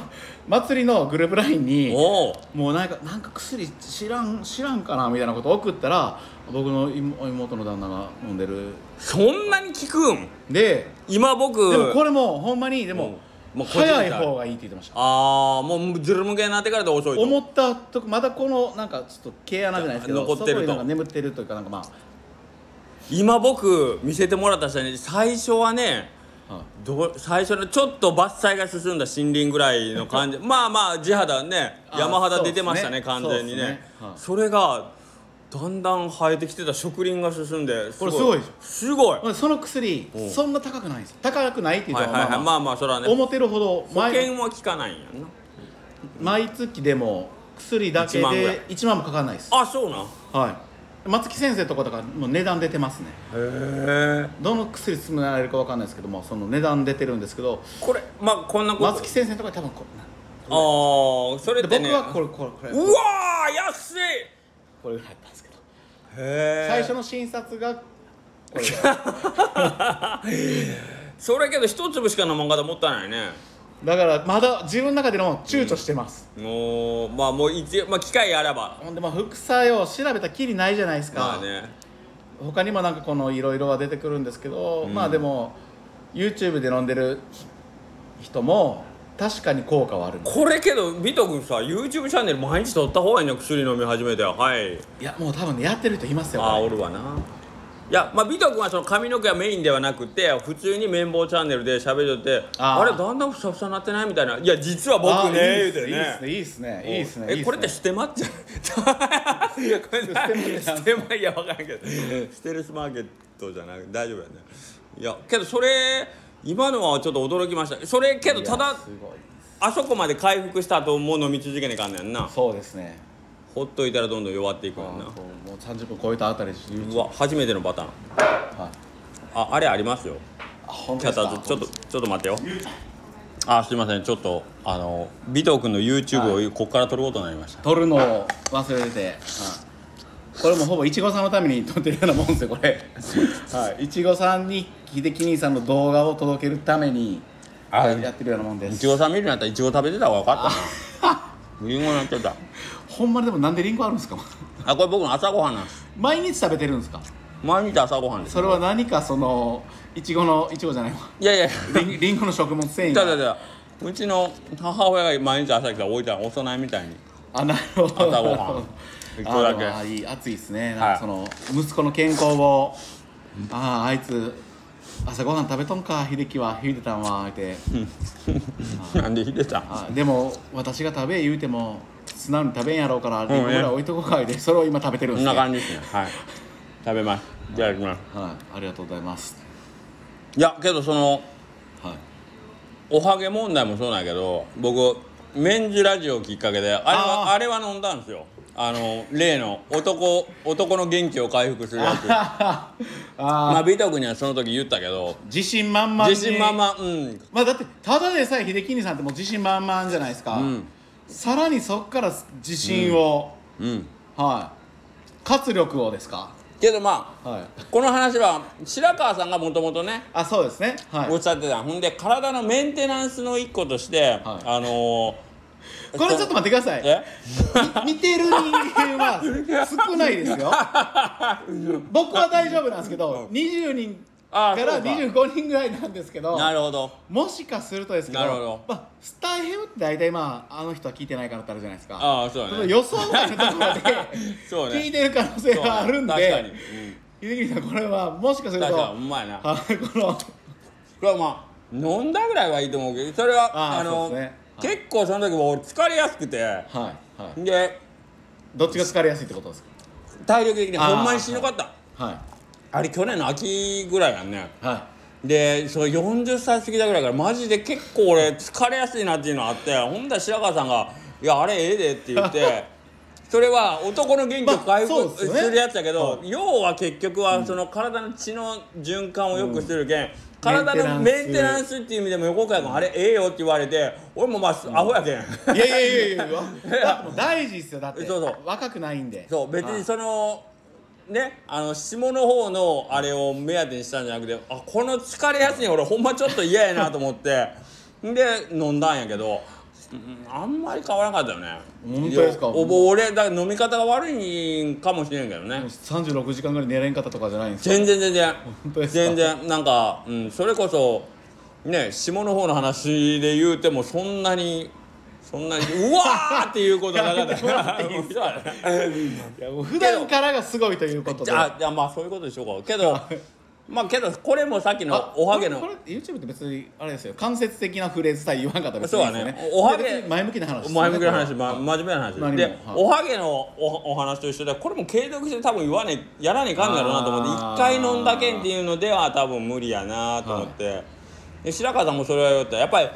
祭りのグループラインに
おう
もうなんかなんか薬知らん知らんかなみたいなこと送ったら僕の妹妹の旦那が飲んでる
そんなに聞くん
で
今僕
でもこれもほんまにで
うん
も
まあ個人差あ
早
る
い方がいいって言ってました
ああもうズル向けになってからで遅いと
思ったとこまだこのなんかちょっと毛穴じゃないですけど
残ってると
そこになんか眠ってるというかなんかま
今僕見せてもらった人に最初はね
あ、はい
どう最初のちょっと伐採が進んだ森林ぐらいの感じ まあまあ地肌ね
あー
山肌出てましたね
そうっすね
完全にね
そうっすねはい
それがだんだん生えてきてた植林が進んで
これすごいでしょ
すごい
まあその薬
うん
そんな高くないんですよ高くないっていう
はい
の
は
はい
はい
まあま
ま
あ
あまあそれはね
思ってるほど
保
毎
険は効かないんやんな
毎月でも薬だけ
1万ぐらい
で1万もかかんないです
あそうなんへ
はい松木先生とかとかもう値段出てますね
え
どの薬勧められるかわかんないですけどもその値段出てるんですけど
これまあこんなこと
松木先生とか多分こ
ああそれ
う
っ
で
て
僕
ね
はこれこれこれ
うわー安いへ
これぐらいやったんですけど
え
最初の診察がこれで
それけど一粒しか飲まんかったらもったいないね
だからまだ自分の中での躊躇してます、
もうまあもう一応まあ機会あらば
ほんでまあ副作用調べたきりないじゃないですか、
まあね
他にもなんかこのいろいろは出てくるんですけど、まあでも YouTube で飲んでる人も確かに効果はある
これけどビト君さ YouTube チャンネル毎日撮った方がいいの薬飲み始めてははい
いやもう多分ねやってる人いますよ
ああー
こ
おるわないやまあビト君はその髪の毛はメインではなくて普通に綿棒チャンネルで喋っとって
あー
あれだんだんふさふさなってないみたいないや実は
れあ
僕ね言うて
いいっすね
ね
いいっすねいいっすねいいっすね
えこれってステマっちゃ いやこれな
ステマ
ステマいや分からんけど ステルスマーケットじゃない大丈夫やねいやけどそれ今のはちょっと驚きましたそれけどた
いや
だ
すごい
あそこまで回復した後もう飲み続けねえかんねんな
そうですね
ほっといたらどんどん弱っていく
あ
もんな
ーそうもう30分超えたあたりで
う
YouTube
わ初めてのパターン
はい
ああれありますよ
あ本
ちょっとちょっとちょっと待ってよあすいませんちょっとあの尾藤君の YouTube をここから撮ることになりました
取るのを忘れてて、これもほぼいちごさんのために撮ってるようなもんですよこ れはいいちごさんに秀樹兄さんの動画を届けるために
あ
はいやってるようなもんで
い
す
ちごさん見るんやったらいちご食べてた方が分か ったなりんごになっちゃった
ほんまにでもなんでリンゴあるんですか
あこれ僕の朝ごはんなんです
毎日食べてるんですか
毎日朝ごはんです
それは何かそのいちごのいちごじゃないわ
いやいや
リンリンゴの食物繊維
ただ
が
ただうちの母親が毎日朝来たら置いたらお供えみたいに
あなるほど
朝ごはん一個だけ
あーいい暑いですねなん
は
か
い
その息子の健康をあああいつ朝ごはん食べとんか秀樹は秀でたんは言うて
なんでひでたん
あでも私が食べ言うても素直に食べんやろうからリンゴぐらい
うん
置いとこうかいでそれを今食べてるん
こ
で
ん
す
な
け
感
ど、
じですねはい食べますいただきます
はい、ありがとうございます
いやけどその
はい
おはげ問題もそうなんやけど僕メンズラジオきっかけであれは
あ
あれは飲んだんですよあの例の男男の元気を回復するや つ
ああ
まあビト君にはその時言ったけど
自信満々に
自信満々うん
まあだってただでさえ秀樹兄さんってもう自信満々じゃないですか、
ん
さらにそっから自信を、
うん
はい活力をですか
けどま
はい
あこの話は白川さんがもともとね
あそうですねはい
おっしゃってたほんで体のメンテナンスの一個として、
はい
あのー
これちょっと待ってください
え
み見てる人間は少ないです よ僕は大丈夫なんですけど20人
あ
か
あそう
ら
か
25人ぐらいなんですけど
なるほど
もしかするとですけど
なるほど
まあ、スタイヘムって大体まああの人は聞いてないからってあるじゃないですか
ああそう
そ
だ
の
ね
予想外のところで
そうね
聞いてる可能性
そうね
はあるん
確かに、う
で
ん、
ゆずきさんこれはもしかすると
確かにうまいな
はいこの
これはまあ飲んだぐらいはいいと思うけどそれは
あ
あ
ーそう
の、
ですねはい
結構その時も俺疲れやすくて
はいはい
で
どっちが疲れやすいってことです
体力的に
あー
ほんまにしんどかったあ,、
かはい
れ去年の秋ぐらいやんね
は
でそう40歳過ぎたぐらいからマジで結構俺疲れやすいなっていうのあってほんだら白川さんが「いやあれええで」って言って それは男の元気を回
まあそう
復
です
す
よね
るやつやけど、要は結局はその体の血の循環を良くするけん、体のメ
メン
ン
テ
テ
ナ
ナ
ン
ンスっていう意味でも横川君あれええよって言われて俺もまあアホやけん。
いいやいやいやいやいやだってもう大事ですよだって
そうそう
若くないんで
そう別
はい
にそのねあの下の方のあれを目当てにしたんじゃなくてあこの疲れやすい俺ほんまちょっと嫌やなと思って で飲んだんやけどうんあんまり変わらなかったよね
本当ですか
いやおぼ俺だから飲み方が悪いんかもしれんけどね
36時間ぐらい寝れんかったとかじゃないんですか
全然全然
本当ですか
全然なんか、うん、それこそね下の方の話で言うてもそんなにそんなにうわーっていうことなかったもうそうだね
いやもう普段からがすごいということ
じ
で
ゃあじゃあまあそういうことでしょうかけ どまあけどこれもさっきのおはげの
これこれ YouTube って別にあれですよ間接的なフレーズさえ言わんかったら別にいいですよ
そうだねおはげ
別に前向きな話ですよ
前
ね
向きな話、
これ
ま、
は
真面目な話
何も
で、
はい
おはげのおお話と一緒でこれも継続して多分言わねやらねえかんだろうなと思って
あー
一回飲んだけんっていうのでは多分無理やなと思って、で白川さんもそれは言ったやっぱり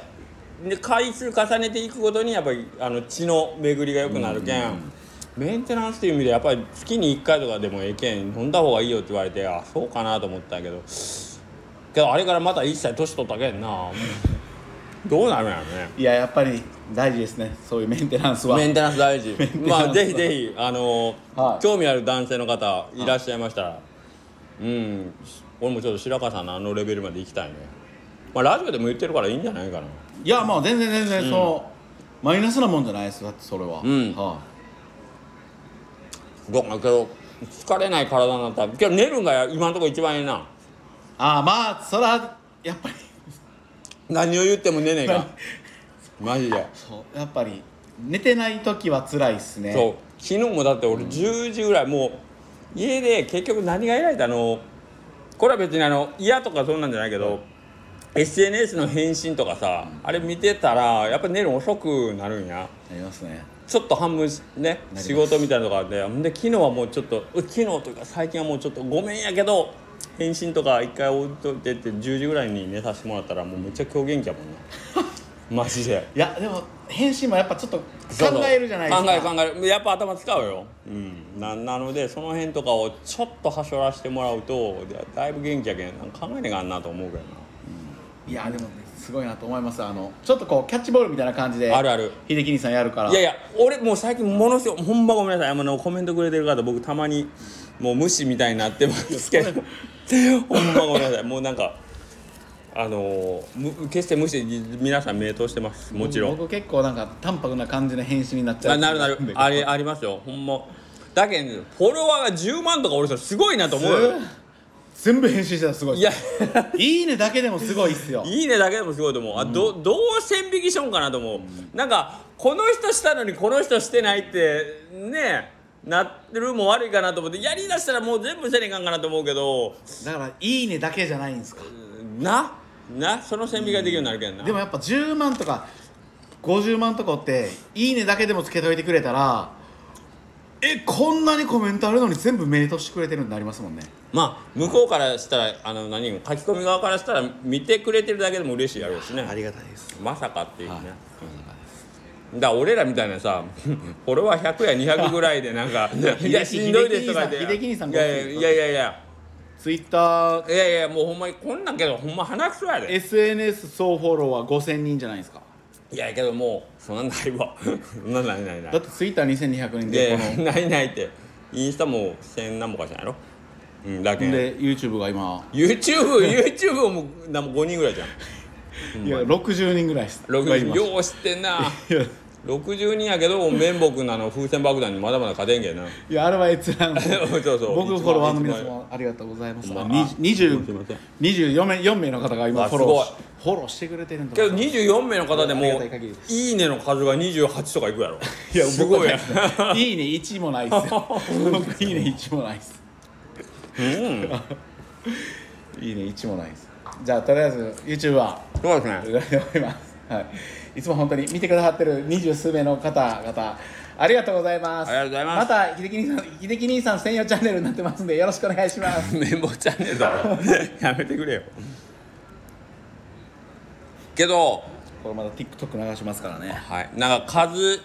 で回数重ねていくごとにやっぱりあの血の巡りが良くなるけん、メンテナンスという意味でやっぱり月に1回とかでもええけん飲んだ方がいいよって言われてあそうかなと思ったけどけどあれからまた1歳年取ったけんな どうなるんやろね
いややっぱり大事ですねそういうメンテナンスは
メンテナンス大事
ンテナンス
まあぜひぜひあのー
はい
興味ある男性の方いらっしゃいましたら、うん俺もちょっと白川さんのあのレベルまで行きたいねまあラジオでも言ってるからいいんじゃないかない
やまあ全然全然その、マイナスなもんじゃないですだってそれは、
ん
は、
どうかけど疲れない体になったらけど寝るんが今のところ一番いいない
ああまあそれはやっぱり
何を言っても寝ねえかマジで
そうやっぱり寝てない時は辛いっすね
そう昨日もだって俺10時ぐらいもう家で結局何が偉いってあのこれは別にあの嫌とかそんなんじゃないけど、SNS の返信とかさ、あれ見てたらやっぱ寝るの遅くなるんや
ありますね
ちょっと半分ね
ます
仕事みたいなのがあってんで昨日はもうちょっとう昨日というか最近はもうちょっとごめんやけど返信とか一回置いといてって10時ぐらいに寝させてもらったらもうめっちゃ今日元気やもんな マジで。
いやでも返信もやっぱちょっと考
そうそう
えるじゃないですか
考える考えるやっぱ頭使うよ、うん、ななのでその辺とかをちょっとはしょらしてもらうとだだいぶ元気やけんなんか考えねえかんなと思うけど
いやでもねすごいなと思いますあのちょっとこうキャッチボールみたいな感じで
あるある
秀樹兄さんやるから
ないやいや俺もう最近ものすごいほんまごめんなさいあのコメントくれてる方僕たまにもう無視みたいになってますけ どほんまごめんなさいもうなんかあのーむ決して無視皆さん目通してますもちろん
僕結構なんか淡白な感じの返信になっちゃ
あ
う
なるなるあれありますよほんまだけどフォロワーが10万とか俺それすごいなと思うよ
全部返信したらすごい
い
っ
や
すいいねだけでもすごいっすよ
いいねだけでもすごいと思うあどどう線引きしようかなと思う、なんかこの人したのにこの人してないってねなってるも悪いかなと思ってやりだしたらもう全部せねえかんかなと思うけど
だからいいねだけじゃないんですか
ななその線引きができるようになるけどな、
でもやっぱ10万とか50万とかっていいねだけでもつけといてくれたらえこんなにコメントあるのに全部メイトしてくれてるんでなりますもんね
まあ向こうからしたらあの何書き込み側からしたら見てくれてるだけでも嬉しいやろうしね
りがたいです
まさかっていうね、うんだから俺らみたいなさフォロワー100や200ぐらいでなんか「いやしんどいです」とかで
秀樹兄さん
い
秀樹兄さ
や
ん
いやいやいや
ツイッター
いやいやもうほんまにこんなんけどほんま鼻くそやで
SNS 総フォロワー5000人じゃないですか
いやけどもうそんなんないわ そんなんないないない
だってツイッター2200人
い
で
や
この
いやないないってインスタも1000何もかじゃないのうんだけど
で YouTube が今
YouTubeYouTube もなんも5人ぐらいじゃん
いや60人ぐらいですがい
60
ま
人
す
よう知ってんない
や
60人やけど綿木なの風船爆弾にまだまだ勝てんけんな
いやあれは閲覧
そうそう
僕
一番
フォロワーの皆様ありがとうございます
まあすいません
24名4名の方が今
あ
フォローし
す
フォローしてくれてるんだ
けど24名の方でも
ありがたい限りで
「いいね」の数が28とかいくやろ
いや
すごいや
僕はないですねいいね1もない ですよ僕いいね1もないです
うん
いいね1もないですじゃあとりあえず YouTube は
そうですね
終わりますはい、いつも本当に見てくださってる二十数名の方々ありがとうございます
ありがとうございます
また秀樹兄さん秀樹兄さん専用チャンネルになってますんでよろしくお願いしま す
綿棒チャンネルだろ やめてくれよけど
これまだ TikTok 流しますからね
はいなんか数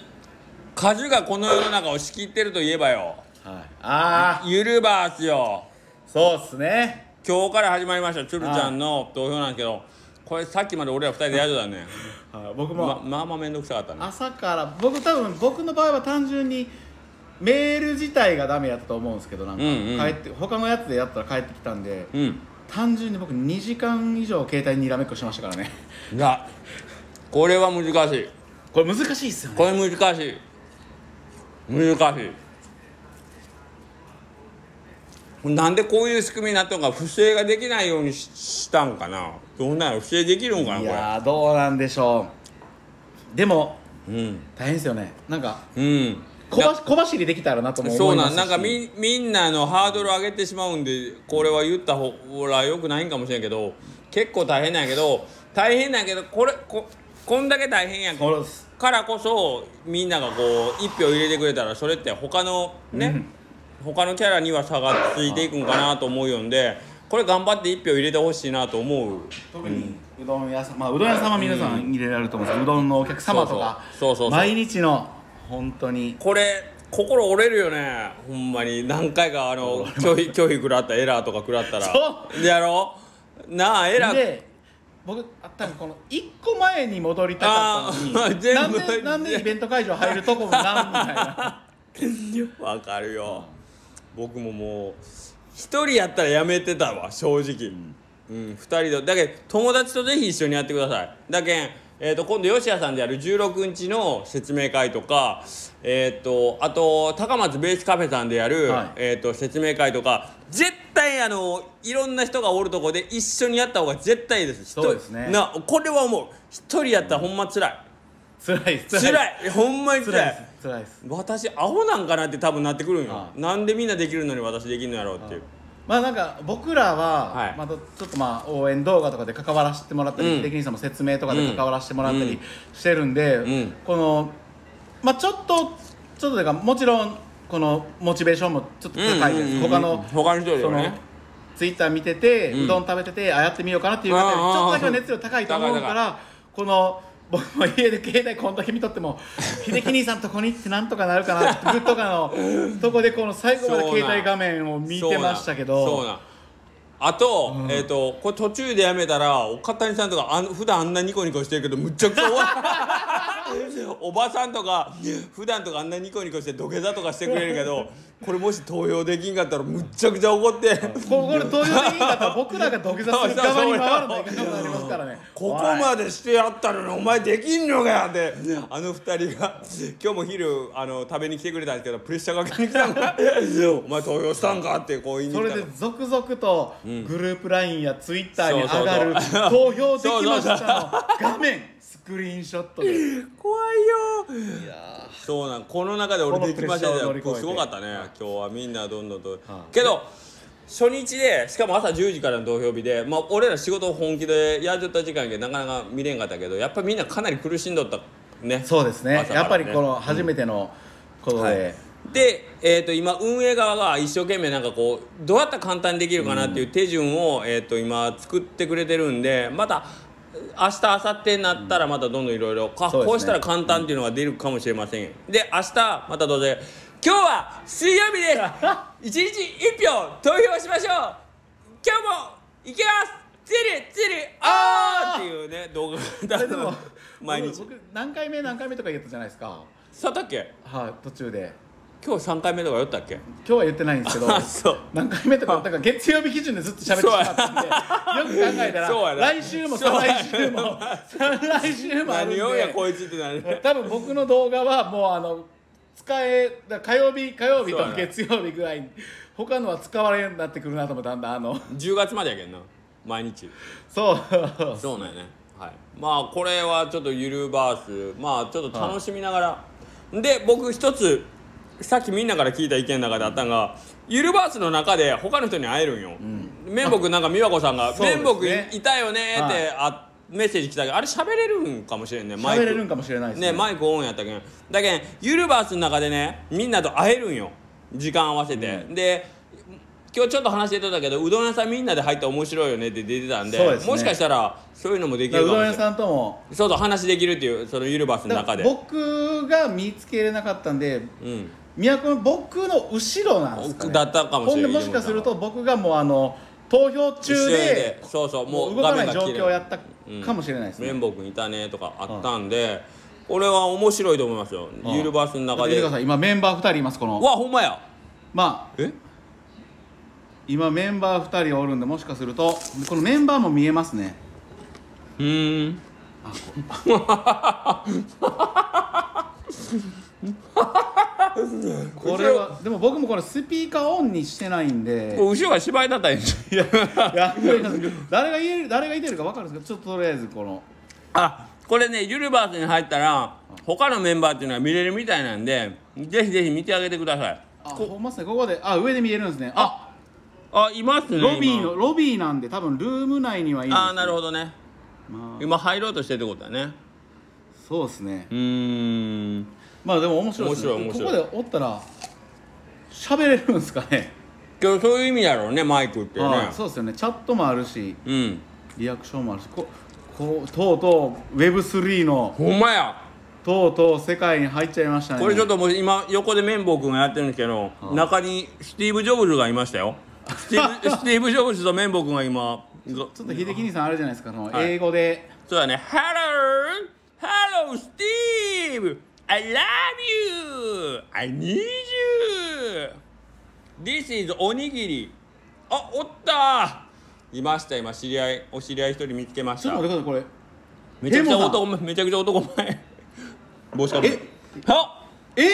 数がこの世の中を仕切ってるといえばよ
はいああ
ゆるバースよ
そうっすね
今日から始まりましたチュルちゃんの投票なんですけどこれさっきまで俺ら二人でやるだね
はい僕も、
ままあまあ面倒くさかったね
朝から僕多分僕の場合は単純にメール自体がダメやったと思うんですけどなんか、
うんうん
帰って他のやつでやったら帰ってきたんで
うん
単純に僕2時間以上携帯にらめっこしましたからね
いやこれは難しい
これ難しいっすよ ね
これ難しい難しいなんでこういう仕組みになったのか不正ができないようにししたんかなどんなんやろ不正できるんか
い
な
やーどうなんでしょうでも
これうん
大変ですよねなんか
うん
小ば小走りできたらなとも
そ
思
う
いま
な
す
ん
し
なんかみみんなのハードル上げてしまうんでこれは言ったほらよくないんかもしれんけど結構大変なんやけど大変なんやけどこれここんだけ大変やん
これです
からこそみんながこう一票入れてくれたらそれって他のね、他のキャラには差がついていくんかなと思うんでこれ頑張って一票入れてほしいなと思う
特にうどん屋さん、まあ、うどん屋さんは皆さん入れられると思うんですけど、うどんのお客様とか
そうそうそうそうそう
毎日の本当に
これ心折れるよねほんまに何回かあの拒否拒否食らったエラーとか食らったら
そ
やろなあエラー
で僕あったこの1個前に戻りたかったの
あ
に
ー全
なん
部
でなんでイベント会場入るとこもなんみたいな
わかるよ、僕ももう一人やったらやめてたわ正直うん、二人でだけど友達とぜひ一緒にやってくださいだけん、えー、と今度吉谷さんでやる16日の説明会とかえっ、とあと高松ベースカフェさんでやる、
はい
えー、と説明会とか絶対あのいろんな人がおるとこで一緒にやった方が絶対いいです
そうですね
ひとなこれは思う一人やったらほんまつらい、
辛いです
辛
辛い
いほんまに辛い
辛いです辛いです
私アホなんかなって多分なってくるんよ、
は
なんでみんなできるのに私できるのやろうっていう、
まあなんか僕らは、
はい
またちょっとまあ応援動画とかで関わらせてもらったり、
うん
テクニシャンの説明とかで
うん
関わらせてもらったりしてるんで、
ん
このまあちょっとちょっとというかもちろんこのモチベーションもちょっと高いです、
うんうんうんうん
他の
他の人より
そ
は
の
ね
ツイッター見てて、う
うん
どん食べててあやってみようかなっていう方よりち
あー
ょっとだけの熱量高いと思うか
高い
らこの僕も家で携帯こんだけ見とっ ても「秀樹兄さんとこに行ってなんとかなるかな」グッとかのとこでこの最後まで携帯画面を見てましたけど
そうなんそうなんあと、えっ、とこれ途中でやめたら岡谷さんとかあん普段あんなニコニコしてるけどむっちゃくちゃおおばさんとか普段とかあんなニコニコして土下座とかしてくれるけどこれもし投票できんかったらむっちゃくちゃ怒って
ここれ投票でいい かと僕らが土下座する側に回るのがいかなくなりますからね
ここまでしてやったのにお前できんのかよってあの二人が今日も昼あの食べに来てくれたんですけどプレッシャーかけに来たんかお前投票したんかってこう言いに
そ
来
れ
た
で
の
続々とグループ LINE や Twitter に上がる
そうそう
投
そう
票できましたの画面スクリーンショットで
怖いよそうなんこの中で俺できました
この
よ
プレッシャーを乗り越えて
すごかったね今日はみんなどんどんと、けど初日でしかも朝10時からの投票日で、まあ、俺ら仕事を本気でやっちゃった時間やけどなかなか見れんかったけどやっぱりみんなかなり苦しんどったね
そうですね
朝からね
やっぱりこの初めてのこと
は
で
い、で、えー、と今運営側が一生懸命なんかこうどうやったら簡単にできるかなっていう手順を、えー、と今作ってくれてるんでまた明日明後日になったらまたどんどんいろいろか
そうですね
こうしたら簡単っていうのが出るかもしれませんよで明日またどうせ今日は水曜日 です一日一票投票しましょう今日もいけますつるつるあーっていうね動画が
そ
多
れでも
分 毎日
僕僕何回目何回目とか言ったじゃないですか
さたっけ
はい、途中で
今日3回目とかやったっけ
今日は言ってないんですけ ど
あそう
何回目とかだから月曜日基準でずっと喋ってしまったんでよく考えた
そう
ら
やな
来週も再来週も再来週もあるん
何
で
をやこいつってなる
多分僕の動画はもうあの使えだ火曜日火曜日と
そうやな
月曜日ぐらいに他のは使われるようになってくるなともだんだんあの
10月までやけんな毎日
そう
そうなんやねはいまあこれはちょっとゆるバースまあちょっと楽しみながら、で僕一つさっきみんなから聞いた意見の中であったんがゆるバースの中で他の人に会えるんよ、面目なんか美和子さんが「
そうです
面
ね
目いいたよね」ってあ、メッセージ来たけどあれ喋れるんかもしれんねマイ
喋
ク
れるんかもしれないですね
ねマイクオンやったけんだけんユルバースの中でねみんなと会えるんよ時間合わせて、で今日ちょっと話してたけどうどん屋さんみんなで入ったら面白いよねって出てたんで
そうですね
もしかしたらそういうのもでき
だか
る
らう
かも
ど
し
ん
れ
屋
ない
さんとも
そうそう話できるっていうそのユルバースの
だか
中で
ら僕が見つけれなかったんで
うん
都の僕の後ろなんですか、ね、
だったかもしれない
ほんでもしかすると僕がもうあの投票中
一緒
で
でそうそうも
も
う
う動か
画
な
面が
い状
切れる
況をやったかもしれないですね、
綿棒くんいたねとかあったんで、これは面白いと思いますよ、
うん
ユルバースの
だっ
中
て見て
で
ください今メンバー2人いますこ
う
の
わほんまや
まあ
え
今メンバー2人おるんでもしかするとこのメンバーも見えますね
うーん
これはでも僕もこれスピーカーオンにしてないんで
後ろが芝居だったんやいや
や誰が言える誰がいてるか分かるんですけどちょっととりあえずこの
あこれねユルバースに入ったら他のメンバーっていうのは見れるみたいなんでぜひぜひ見てあげてください
あほんまっすねここであ上で見えるんですねあ
あいますね
ロビー
今
のロビーなんで多分ルーム内にはいるんです、ね、
あーなるほどね
まあ、
今入ろうとしてるってことだね
そうですね
うーん
まあでも面白いですね
面白い面
ここでおったら喋れるんですかね
今日そういう意味だろうねマイクってね
ああそうですよねチャットもあるし
うん
リアクションもあるしここうとうとう Web3 の
ほんまや
とうとう世界に入っちゃいましたね
これちょっ
と
ともう今横で綿棒くんがやってるんですけど中にスティーブ・ジョブズがいま したよスティーブスティーブ・ジョブズと綿棒くんが今が
ちょっと秀樹兄さんあるじゃないですかその
はい
英語で、
そうだね。Hello! Hello, Steve! I love you! I need you! This is おにぎり。あ、おったいました、今、知り合い、お知り合い一人見つけまし
ちょったと。待ってください
めちゃくちゃ
ヘモさん
男前、めちゃくちゃ男前。帽子かぶ
え
る。あ
これえ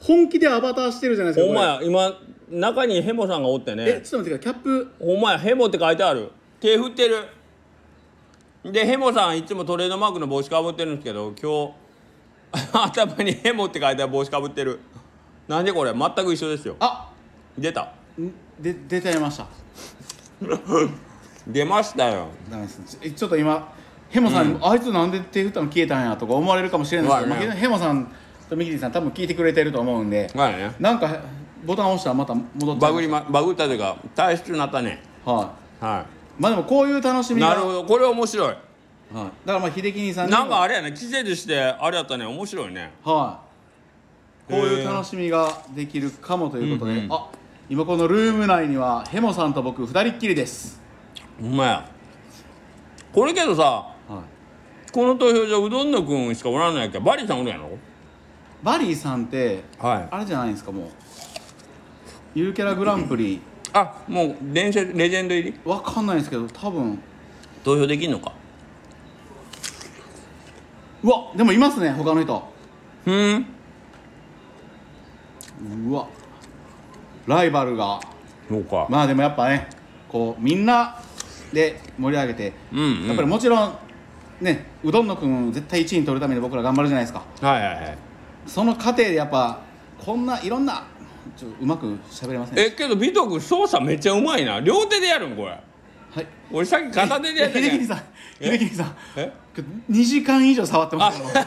本気でアバターしてるじゃないですか
ほん
これ
まや、今、中にヘモさんがおって
え
ね。
ちょっと待ってくださいキャップ
ほんまや、ヘモって書いてある。手振ってる。で、ヘモさん、いつもトレードマークの帽子かぶってるんですけど、今日、 頭にヘモって書いた帽子かぶってるなんでこれ全く一緒ですよ
あ
出た
んで出ちゃいました
出ましたよ
ダメですちょちょっと今ヘモさんに、あいつなんで手振ったの消えたんやとか思われるかもしれないですけど、
うわね
まあヘモさんとミキティさん多分聞いてくれてると思うんで、
はいね
なんかボタン押したらまた戻って
バグりまバグったというか体質になったね
は
はい
まあでもこういう楽し
い
みが
なるほどこれ面白い
はい、だからまあ秀樹兄さんにも
なんかあれやね季節してあれやったね面白いね
はい、こういう楽しみができるかもということで、あ今このルーム内にはヘモさんと僕二人っきりです、
ほんまやこれけどさ
は
この投票所うどんのくんしかおらんのやっけバリさんおるやろ
い、バリーさんって
はい
あれじゃないんですかもうゆるキャラグランプリ
あもう伝説レジェンド入り
わかんないですけど多分
投票できんのか
うわでもいますね他の人
ふーん
うわライバルが
そうか、
まあでもやっぱねこうみんなで盛り上げて、
うん、うん、
やっぱりもちろんねうどんのくんを絶対1位に取るために僕ら頑張るじゃないですか
はいはいはい
その過程でやっぱこんないろんなちょうまく喋れません
えけどビト君操作めっちゃうまいな両手でやるんこれ
はい
俺さっき片手でやったけ
秀樹
ど
さん秀樹さん
え
2時間以上触ってましたけ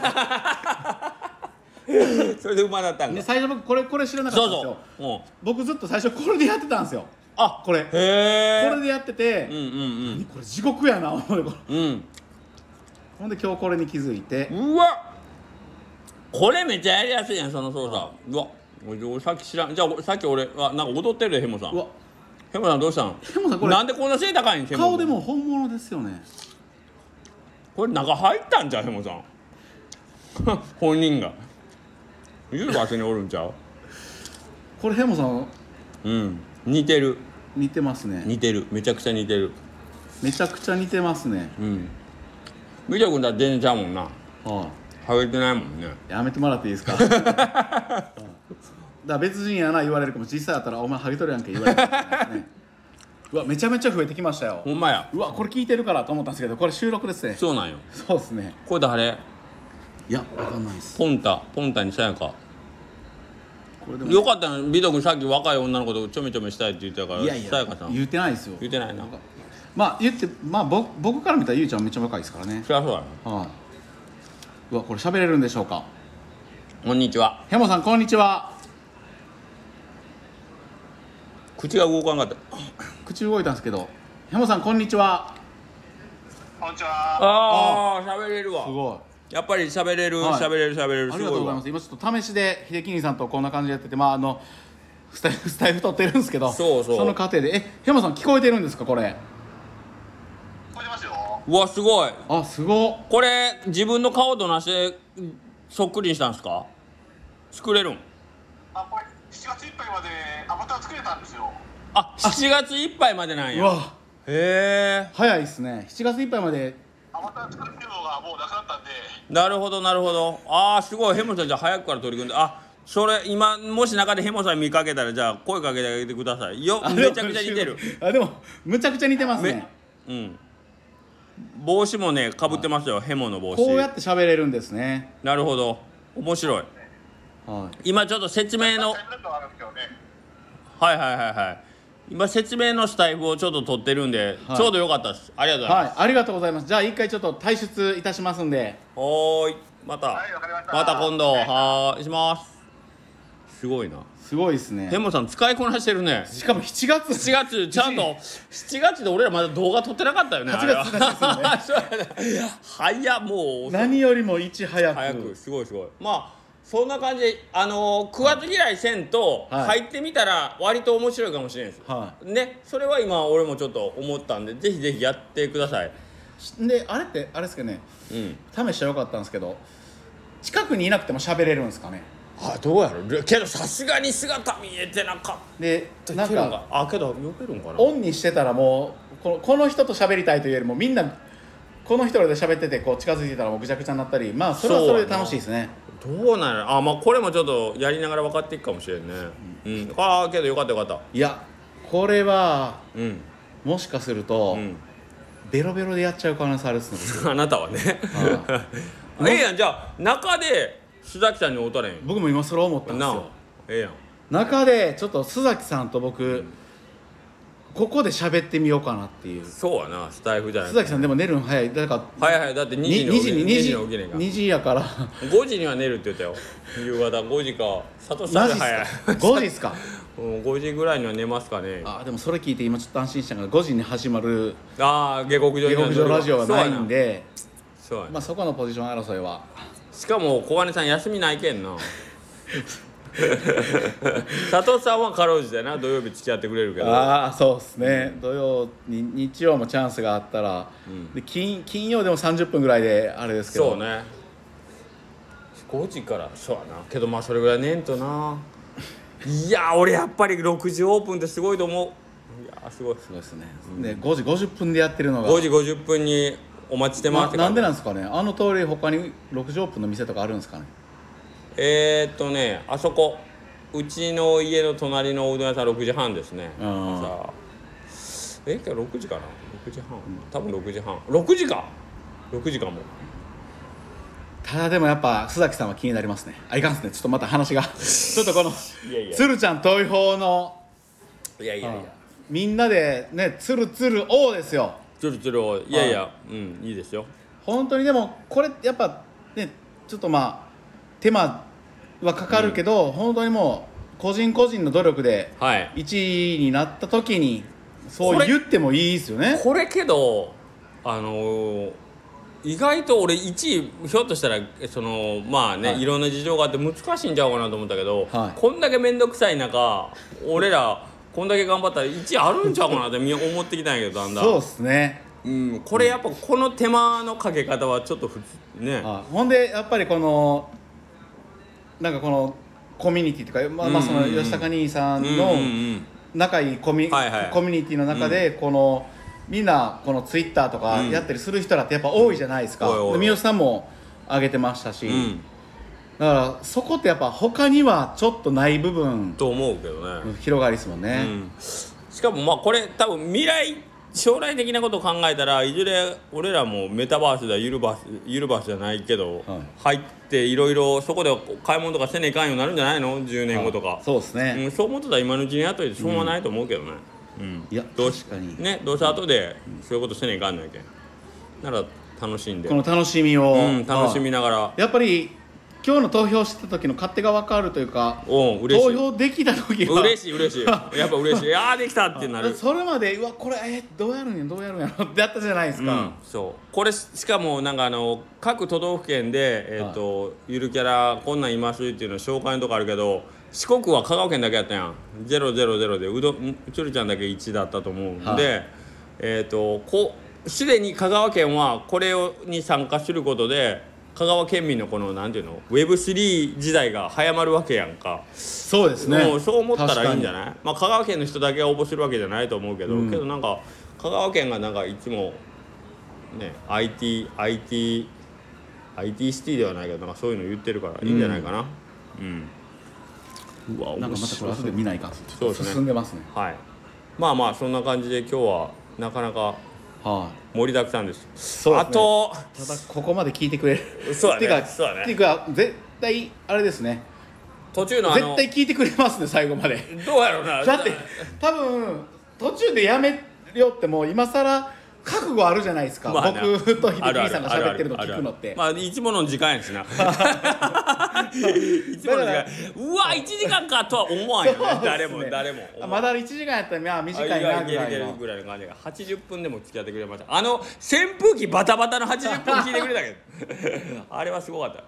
それで馬だった
ど
ん
で
か
最初僕これこれ知らなかっ
そ
た
うん
ですよ
そううん
僕ずっと最初これでやってたんですよ
あ
これこ
へえ
れでやってて、
うんうん
何これ地獄やな思うて
うん
ほんで今日これに気づいて、
うんうわこれめっちゃやりやすいやんその操作うわ俺俺さっき知らんじゃあ俺さっき俺あなんか踊ってるでヘモさ
うんわ
ヘモさんどうしたん
でもさこれ
なんでこんな背高いんヘモ
顔で
君
も本物ですよね
これ中入ったんじゃうヘモさん 本人が言う場所におるんちゃう
これヘモさん
うん似てる
似てますね
似てるめちゃくちゃ似てる
めちゃくちゃ似てますね
うん美女君だって全然ちゃうもんな
はい、
食べてないもんね
やめてもらっていいで すかうんだから別人やな言われるかも実際だったら「お前ハゲとるやんけ」言われるかもしれないですねうわめちゃめちゃ増えてきましたよ
ほんまや
うわこれ聞いてるからと思ったんですけどこれ収録ですね
そうなんよ
そうですね
これ誰
いやわかんないです
ポンタポンタにさやか
これでも
よかったな美女君さっき若い女の子とちょめちょめしたいって言ってたから
いやいや
さやかさん
言ってないですよ
言ってないな
まあ言ってまあ僕僕から見たらゆうちゃんめっちゃ若いですからね
そりゃそうやな
はい、うわこれ喋れるんでしょうか
こんにちは
ヘモさんこんにちは
口が動かんかった
口動いたんですけどヘモさんこんにちは
こんにちは。
ああ喋れるわ
すごい
やっぱり喋れる
はい
喋れる喋れる
あ
す
りが
ごい
とうございま
わ
す。今ちょっと試しで秀樹兄さんとこんな感じでやってて、まああのスタイフ スタイフ撮ってるんですけど、
そうそう
の過程で、え、ヘマさん聞こえてるんですかこれ？
聞こえてますよ。
うわすごい
あ、すごっ。
これ自分の顔となしてそっくりにしたんですか作れるん
あ、これ7月いっぱいまでアバター作れたんですよ。
あ7月いっぱいまでなんや
う
へ
わ、
え
早いですね。7月いっぱいまで。
アバター作るっていうのがもうなくなったんで、
なるほどなるほどああすごいヘモさんじゃあ早くから取り組んであそれ今もし中でヘモさん見かけたらじゃあ声かけてあげてくださいよ
あ
めちゃくちゃ似てる。
あ、でもむちゃくちゃ似てます
め
ね。
うん帽子もねかぶってますよヘモの帽子
こうやって喋れるんですね。
なるほど面白い
は
今ちょっと説明の
タイムラグはあるんですけどね。
はいはいはいはい今説明のスタイフをちょっと取ってるんで、
はい
ちょうどよかったですありがと
い。
うござい
は
ま
い
す、、
ありがとうございます。じゃあ一回ちょっと退出いたしますんで。
はーいまた、
はいわかりました
た今度はーいしますすごいな
すごいです
ヘ
ね。
モさん使いこなしてるね
しかも7月。
7月ちゃんと7月で俺らまだ動画撮ってなかったよねあれは
8月
そうやね早っもう
何よりもいち早 く。
早くすごいすごいまあそんな感じであのー、9月嫌いせんと
は
入
い
ってみたら割と面白いかもしれないです、
は
ねそれは今俺もちょっと思ったんでぜひぜひやってください
い。で、あれってあれですかね。
うん
試したらよかったんですけど近くにいなくても喋れるんですかね
あどうやろうけどさすがに姿見えてなかっ
で
た
なん
けど
か
あけど呼べるんかな
オンにしてたらもうこのこの人と喋りたいというよりもみんなこの人らで喋っててこう近づいてたらもうぐちゃぐちゃになったりまあそれはそれで楽しいですね
どうなんやろあまあこれもちょっとやりながら分かっていくかもしれんねうん、ああけどよかったよかった
いやこれは
うん
もしかすると、
うん
ベロベロでやっちゃう可能性あるっすね
あなたはね
は。
ええやんじゃあ中で須崎さんに会うたれん
僕も今それ思ったんです
なあ
よ
ええやん
中でちょっと須崎さんと僕、ここで喋ってみようかなっていう
そうやなスタイフじゃない
須崎さんでも寝るの早いだから
はいはいだって2時に
に
起きれん
2
2
時
時に起きれんか
2時や から
5時には寝るって言ったよ夕方5時か佐藤さんが早い
5時っすか
うん5時ぐらいには寝ますかね
あーでもそれ聞いて今ちょっと安心したから5時に始まる
ああ下克上
下
には
克上ラジオはないんで
そうやなそうやな
まあそこのポジション争いは
しかも小金さん休みないけんな佐藤さんはかろうじてな土曜日付き合ってくれるけど
ああそうですね、土曜に日曜もチャンスがあったら、で金金曜でも30分ぐらいであれですけど
そうね5時からそうやなけどまあそれぐらいねんとないや俺やっぱり6時オープンってすごいと思ういやすごい
そうですね、で5時50分でやってるのが
5時50分にお待ちしてますって
ななんでなん
ん
ですかねあの通り他に6時オープンの店とかあるんですかね
えー、っとねあそこうちの家の隣のおうどん屋さん6時半ですね
うん
朝え今日6時かな6時半多分6時半6時か6時かも
ただでもやっぱ須崎さんは気になりますねあいかんっすねちょっとまた 話がちょっとこの
いやいや
鶴ちゃん遠い方の
いやいやいや
みんなでねつるつる王ですよ
ちょろちょろいやいや、うんいいですよ
本当にでもこれやっぱねちょっとまあ手間はかかるけど、本当にもう個人個人の努力で
はい
1位になった時にそ
こ
う
れ
言ってもいいですよね
これけどあのー意外と俺1位ひょっとしたらそのまあね、
はい
い、ろんな事情があって難しいんちゃうかなと思ったけど、
はい
こんだけ面倒くさい中俺らこんだけ頑張ったら1位あるんちゃうかなってみ思ってきたんやけどだんだん
そうですね
うん、これやっぱこの手間のかけ方はちょっと普通ね
あほんでやっぱりこのなんかこのコミュニティとか、まあ、まあその
うんうんうん
吉高兄さん
うんうんう
の
ん
仲いいコミ,、
はいはい
コミュニティの中でこの、みんなこのツイッターとか
うん
やったりする人らってやっぱ多いじゃないですか、
おいおいおい
で三好さんも上げてましたし、
うん
だからそこってやっぱ他にはちょっとない部分
と思うけどね、
広がりですもん
う
ね、
ん、しかもまあこれ多分未来将来的なことを考えたらいずれ俺らもメタバースだユルバースユルバースじゃないけど、
は
入っていろいろそこで買い物とかせねえかんようになるんじゃないの10年後とか
そうですね、
うん、そう思ってたら今のうちにやっといてしょうがないと思うけどね、うん
いや
どうし
確かに、
ねどうせ後でそういうことせねえかんのやけんなら楽しんで
この楽しみを、
うん、楽しみ
は
ながら
いやっぱり今日の投票してた時の勝手が分かるというか
おう嬉し
投
い
票できた時は
嬉しい嬉しいやっぱ嬉しいああできたってなる
それまでうわこれえどうやるんやどうやるんやろってやったじゃないです
う
か
ん、、そうこれししかもなんかあの各都道府県で、えーとゆるキャラこんなんいますっていうの紹介のとこあるけど四国は香川県だけやったやん000でうどんちゅるちゃんだけ1だったと思うんで、
はい
えっ、とこすでに香川県はこれをに参加することで香川県民のこのなんていうの Web3 時代が早まるわけやんか。
そうですね
もうそう思ったらいいんじゃ
ない
ない、まあ、香川県の人だけは応募するわけじゃないと思うけど、
うん
けどなんか香川県がなんかいつもね IT IT IT シティではないけどなんかそういうの言ってるからいいんじゃないかなうん、うわ
な
面
んかまたこれ
白
後で見ないか
そうですね
進んでますね
はいまあまあそんな感じで今日はなかなか
は
盛りだくさんです
いそうで
あ
すね
と
ただここまで聞いてくれる
そうだね
てか
そうだね
てか絶対あれですね
途中のあ
絶
の
対聞いてくれますね最後まで
どうやろうな
だって多分途中でやめよってもう今さら覚悟あるじゃないですか、
まあな
僕と秀
あるあ
樹
る
さんが喋ってるの聞くのって
まあいつもの時間やし ないつもの時間う
だから
わ1時間かとは思わんよね
そうですね
誰も誰も
あまだ1時間やったらまあ短
あ
い
いや
ないぐ
けるい
ら
け
い
る
の
ぐらいの感じが80分でも付き合ってくれましたあの扇風機バタバタの80分聞いてくれた けどあれはすごかった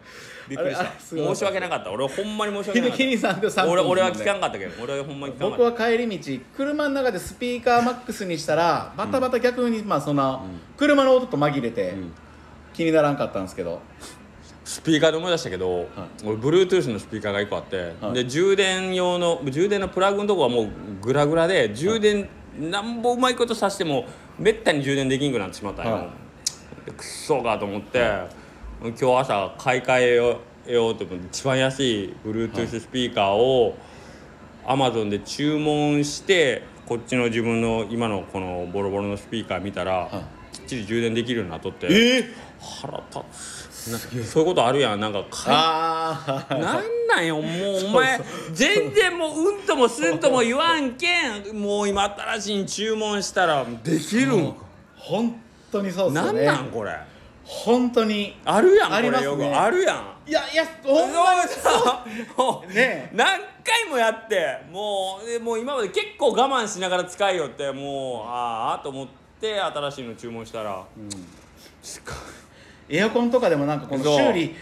びっくりし
あれ
た
あれすごかっ
申
た
し訳なかった俺ほんまに申し訳な
秀
かっ
樹兄さんと3
た
分
俺俺は聞かんかったけど俺はほんまに聞かんかっ
僕
た
は帰り道車の中でスピーカーマックスにしたらバタバタ逆にまあそんな車の音と紛れて気にならんかったんですけど
スピーカーで思い出したけど、俺 Bluetooth のスピーカーが1個あって、
はい
で充電用の充電のプラグのとこはもうグラグラで充電、なんぼうまいことさしてもめったに充電できんくなってしまったんよ、
は
でくっそかと思って、今日朝買い替えようようと思って一番安い Bluetooth スピーカーを Amazon で注文してこっちの自分の今のこのボロボロのスピーカー見たら、
は
きっちり充電できるようになっとって、
え
腹立つそういうことあるやんなんかか
ああ
なんなんよもうお前全然もううんともすんとも言わんけんもう今新しいん注文したらできるんか、
本当にそうっす
な
よ
ん
ね
なんこれ
本当に
あるやんこ
ありま
れ
すね
よくあるやん
いやいやほんまに
そう
ねえ
何回もやってもうでもう今まで結構我慢しながら使いよってもうああと思って新しいの注文したら、
エアコンとかでもなんかこの
そう
修理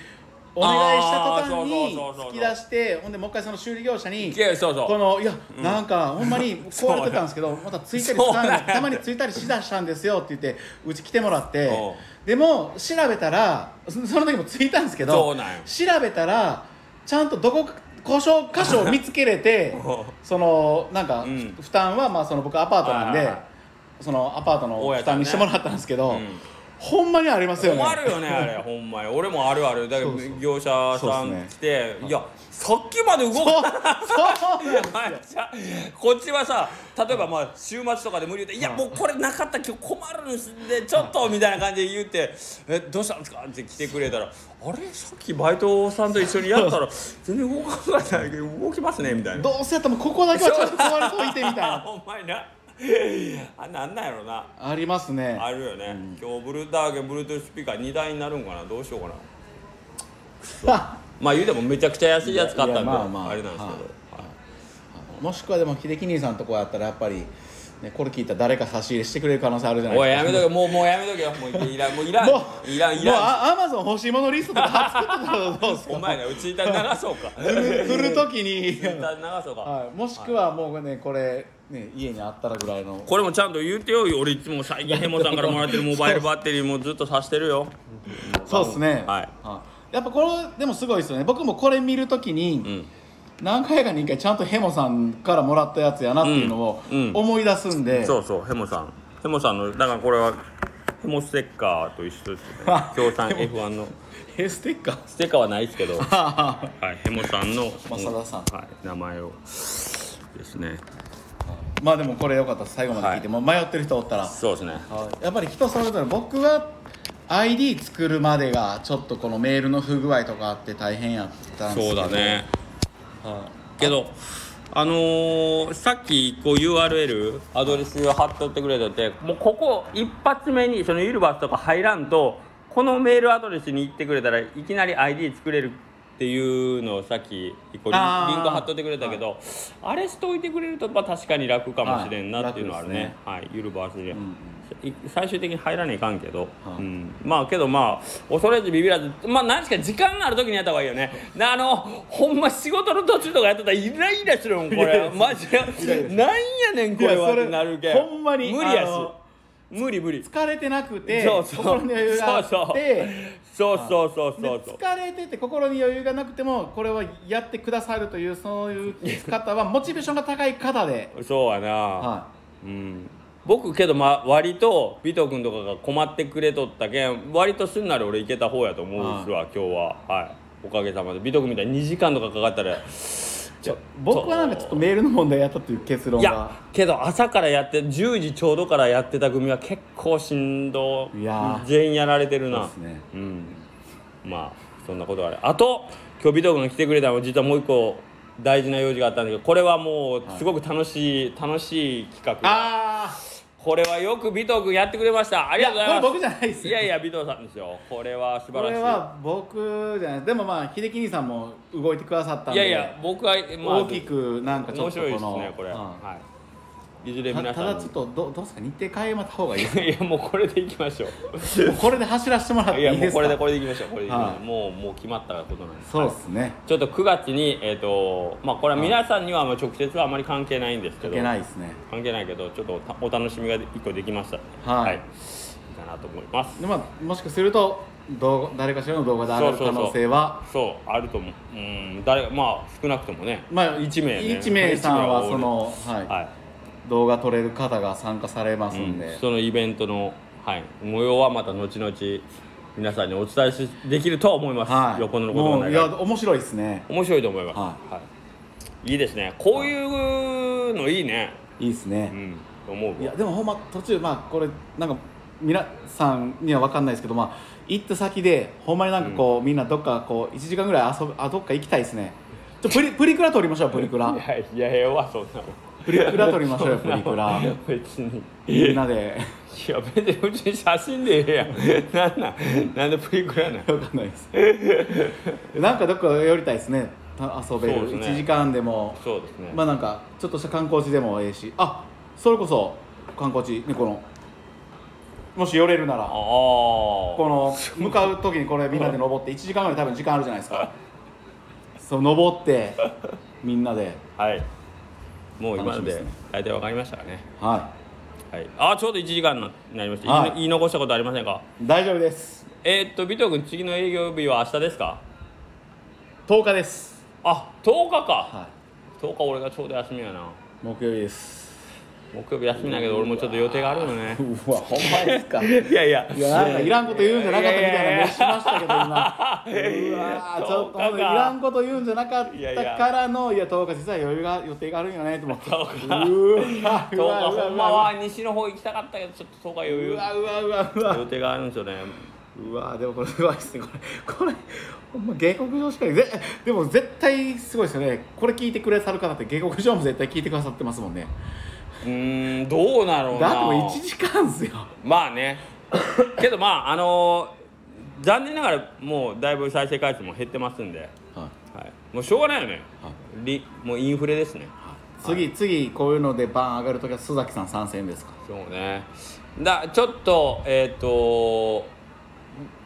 お願いした途端
あ
に
ーそうそうそうそう
突き出してほんでもう一回その修理業者に
いけそうそう
このいやなんかほんまに壊れてたんですけどまたついたりつか
そうな
な
ん
い
や
たまについたりしだしたんですよって言ってうち来てもらって
おう
でも調べたらそその時もついたんですけ
そ
ど
うなんよ
調べたらちゃんとどこか故障箇所を見つけれて
おう
そのなんか
うん
負担はまあその僕アパートなん
はい
で
はいはい
そのアパートの
大家さんね
負担にしてもらったんですけど
ん
ほんまにありますよね
困るよねあれほんまに俺もあるあるだけど
そうそう
業者さ
そうっ
ん
す
来て、いやさっきまで動
そう
か
そうなんですよ
ないじゃこっちはさ例えばまあ週末とかで無理言って「いやもうこれなかった今日困るんですでちょっと」みたいな感じで言って「えどうしたんですか?」って来てくれたら「あれさっきバイトさんと一緒にやったら全然動かないけど動きますね」みたいな。
どうせやったらもうここだけはちょっと壊れといてみたいな
ほんまになあなんなんやろな
ありますね
あるよね、今日ブルーダーゲンブルートゥースピーカー2台になるんかなどうしようかなまあ言うてもめちゃくちゃ安いやつ買ったん
い
で、
やまあまあ
あれなんですけど、はい
もしくはでも秀樹兄さんとこやったらやっぱり、ね、これ聞いたら誰か差し入れしてくれる可能性あるじゃない
おいや
か
めとけもうもうやめとけよもういらんもういらん
もう
いらんい
もう
らん
アマゾン欲しいものリストとか作ってたらどうです
お
か
前らうちいた流そう かう
振る時に
ち、いた流そうか、
はい、もしくはもうねこれね家にあったらぐらいの
これもちゃんと言うてよ俺いつも最近ヘモさんからもらってるモバイルバッテリーもずっと挿してるよ
そうですね
はい
やっぱこれでもすごいですよね僕もこれ見る時に、
ん
何回かに1回ちゃんとヘモさんからもらったやつやなっていうのを
うんうん
思い出すんで、
そうそうヘモさんヘモさんのだからこれはヘモステッカーと一緒です ね協賛 F1 の
えステッカー
ステッカーはないですけ どは
あ
いヘモさんの
正田さん
はい、名前をですね
ーまあでもこれよかったです最後まで聞いて、もう迷ってる人おったら
そうですね
はいやっぱり人それぞれ僕は ID 作るまでがちょっとこのメールの不具合とかあって大変やったんです
そ
け
う
ど
だね
は
けどあのーさっきこう URL アドレスを貼っとってくれててもうここ一発目にそのユルバスとか入らんとこのメールアドレスに行ってくれたらいきなり ID 作れるっていうのをさっきこうリ
あー
ンリンク貼っとってくれたけどあれしといてくれるとまあ確かに楽かもしれんなっていうのはあるね,、
は
はいい
楽
ユルバスで、い最終的に入らないかんけど、
は
う
い
ん、まあけどまあ恐れずビビらずまあ何しか時間がある時にやった方がいいよねなあのほんま仕事の途中とかやってたらイライラするもんこれマジでなんやねんこれ
いや
は
それ
ってなるけ
ほんまに
無理や
あ
し
の
無理無理
い疲れてなくて
そうそう
心に余裕があって
そうそうそうそうそう
で
そうそう
疲れてて心に余裕がなくてもこれはやってくださるというそういう 方はモチベーションが高い方で、
そうやな、
は
うん僕けど、ま、割とビト君とかが困ってくれとったけん割とすんなり俺行けた方やと思うんすわ、今日ははいおかげさまでビト君みたいに2時間とかかかった ら
い、ちょ僕はなんかちょっとメールの問題やったという結論
いや
が
けど朝からやって10時ちょうどからやってた組は結構しんど
いやー
全員やられてる
そう
な
ですね
うんまあそんなことがあるあと今日ビト君が来てくれたのも実はもう一個大事な用事があったんだけどこれはもうすごく楽しい、楽しい企画
ああ
これはよく尾藤君やってくれましたありがとうございます
これ僕じゃないですよ
いやいや尾藤さんですよこれは素
こ
晴らしい
れは僕じゃないでもまあ秀樹兄さんも動いてくださったん
いや
で
いや僕は、まあ、
大きくなんかちょ
面
っと
白
こ
い
の
ですねこれ、
うん
はいいずれ皆
た
さん
ただちょっとどどうですか日程変えまた方がいい
いやもうこれでいきましょう
もうこれで走らせてもらっ
い
て
や
いい
も
で
う
すか
これでこれでいきましょうこれでいきましょう、
はい
もうもう決まったことなんです
そうですね
ちょっと9月にえっ、とまあこれは皆さんにはまあ直接はあまり関係ないんですけ
い
ど
けないですね
関係ないけどちょっとおお楽しみが1個できました
は
い、
い
いいかなと思います
でまあもしかすると動画誰かしらの動画で上がる可能性は
そうあると思ううん誰まあ少なくともね
まあ
1名ね
一名さんはその、
一名
は、
はい
動画撮れる方が参加されます
い、うん
んで、
そのイベントの、はい、模様はまた後々皆さんにお伝えしできるとは思います、
はい
横のこと
も
は
うい
ない
や
が
面白いですね
面白いと思います、
はい
い、いですねこういうのいいね、
いいですね、
うん思うわ
いやでもほんま途中まあこれなんか皆さんには分かんないですけど、まあ、行った先でほんまになんかこう、みんなどっかこう1時間ぐらい遊ぶあどっか行きたいですねちょプリプリクラ撮りましょうプリクラ
いやいやええわそんなもん
プリクラ撮りま しょうよプリクラ
別に
みんなで
いや別にうちに写真でええやんなん なんなんでプリクラなん
分かんないですなんかどっか寄りたいですねた遊べ
そう
る、
ですね
1時間でも
そうですね、
まあなんかちょっとした観光地でもええしあそれこそ観光地ねこのもし寄れるなら
ああ
この向かう時にこれみんなで登って1時間ぐらい多分時間あるじゃないですかそう登ってみんなで
はいもう今の
楽しみです
で
ね
大体わかりましたかね
は
はいあちょうど1時間になりました、
はい
言い言い残したことありませんか
い大丈夫です
えー、っと尾藤君次の営業日は明日ですか
10日です
あ10日か、
は
10日俺がちょうど休みやない
木曜日です
木曜日休みだけど俺もちょっと予定があるのね
うわほんまですかい
いやいや
やなんかいらんこと言うんじゃなかったみたいな目しましたけど今うわーちょっとほんといらんこと言うんじゃなかったからのいや10日実は余裕が予定があるんよねと思 ってうわうわう
10日
わうわ
ほんまは西の方行きたかったけどちょっと10日余
う
裕
わうわうわうわ
予定があるんですよね
うわーでもこれすごいですねこれこれほんま下克上しかないぜでも絶対すごいですよねこれ聞いてくれさる方って下克上も絶対聞いてくださってますもんね
うーんどうな
だ
ろう
っ
な
てもう1時間っすよ
まあねけどまああのー残念ながらもうだいぶ再生回数も減ってますんで、
はい
はい、もうしょうがないよね、
は
りもうインフレですね
次、次こういうのでバーン上がるときは須崎さん参戦ですか
そうねだちょっとえっ、と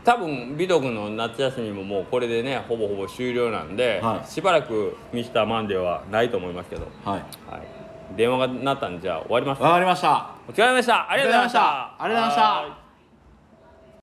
多分美徳の夏休みももうこれでねほぼほぼ終了なんで、
はい
しばらくミスターマンデーはないと思いますけど、
はい
はい、電話が鳴ったんでじゃあ終わります
わかりました
お疲れ様でしたありがとうございました
ありがとうございましたありがとうございました
はー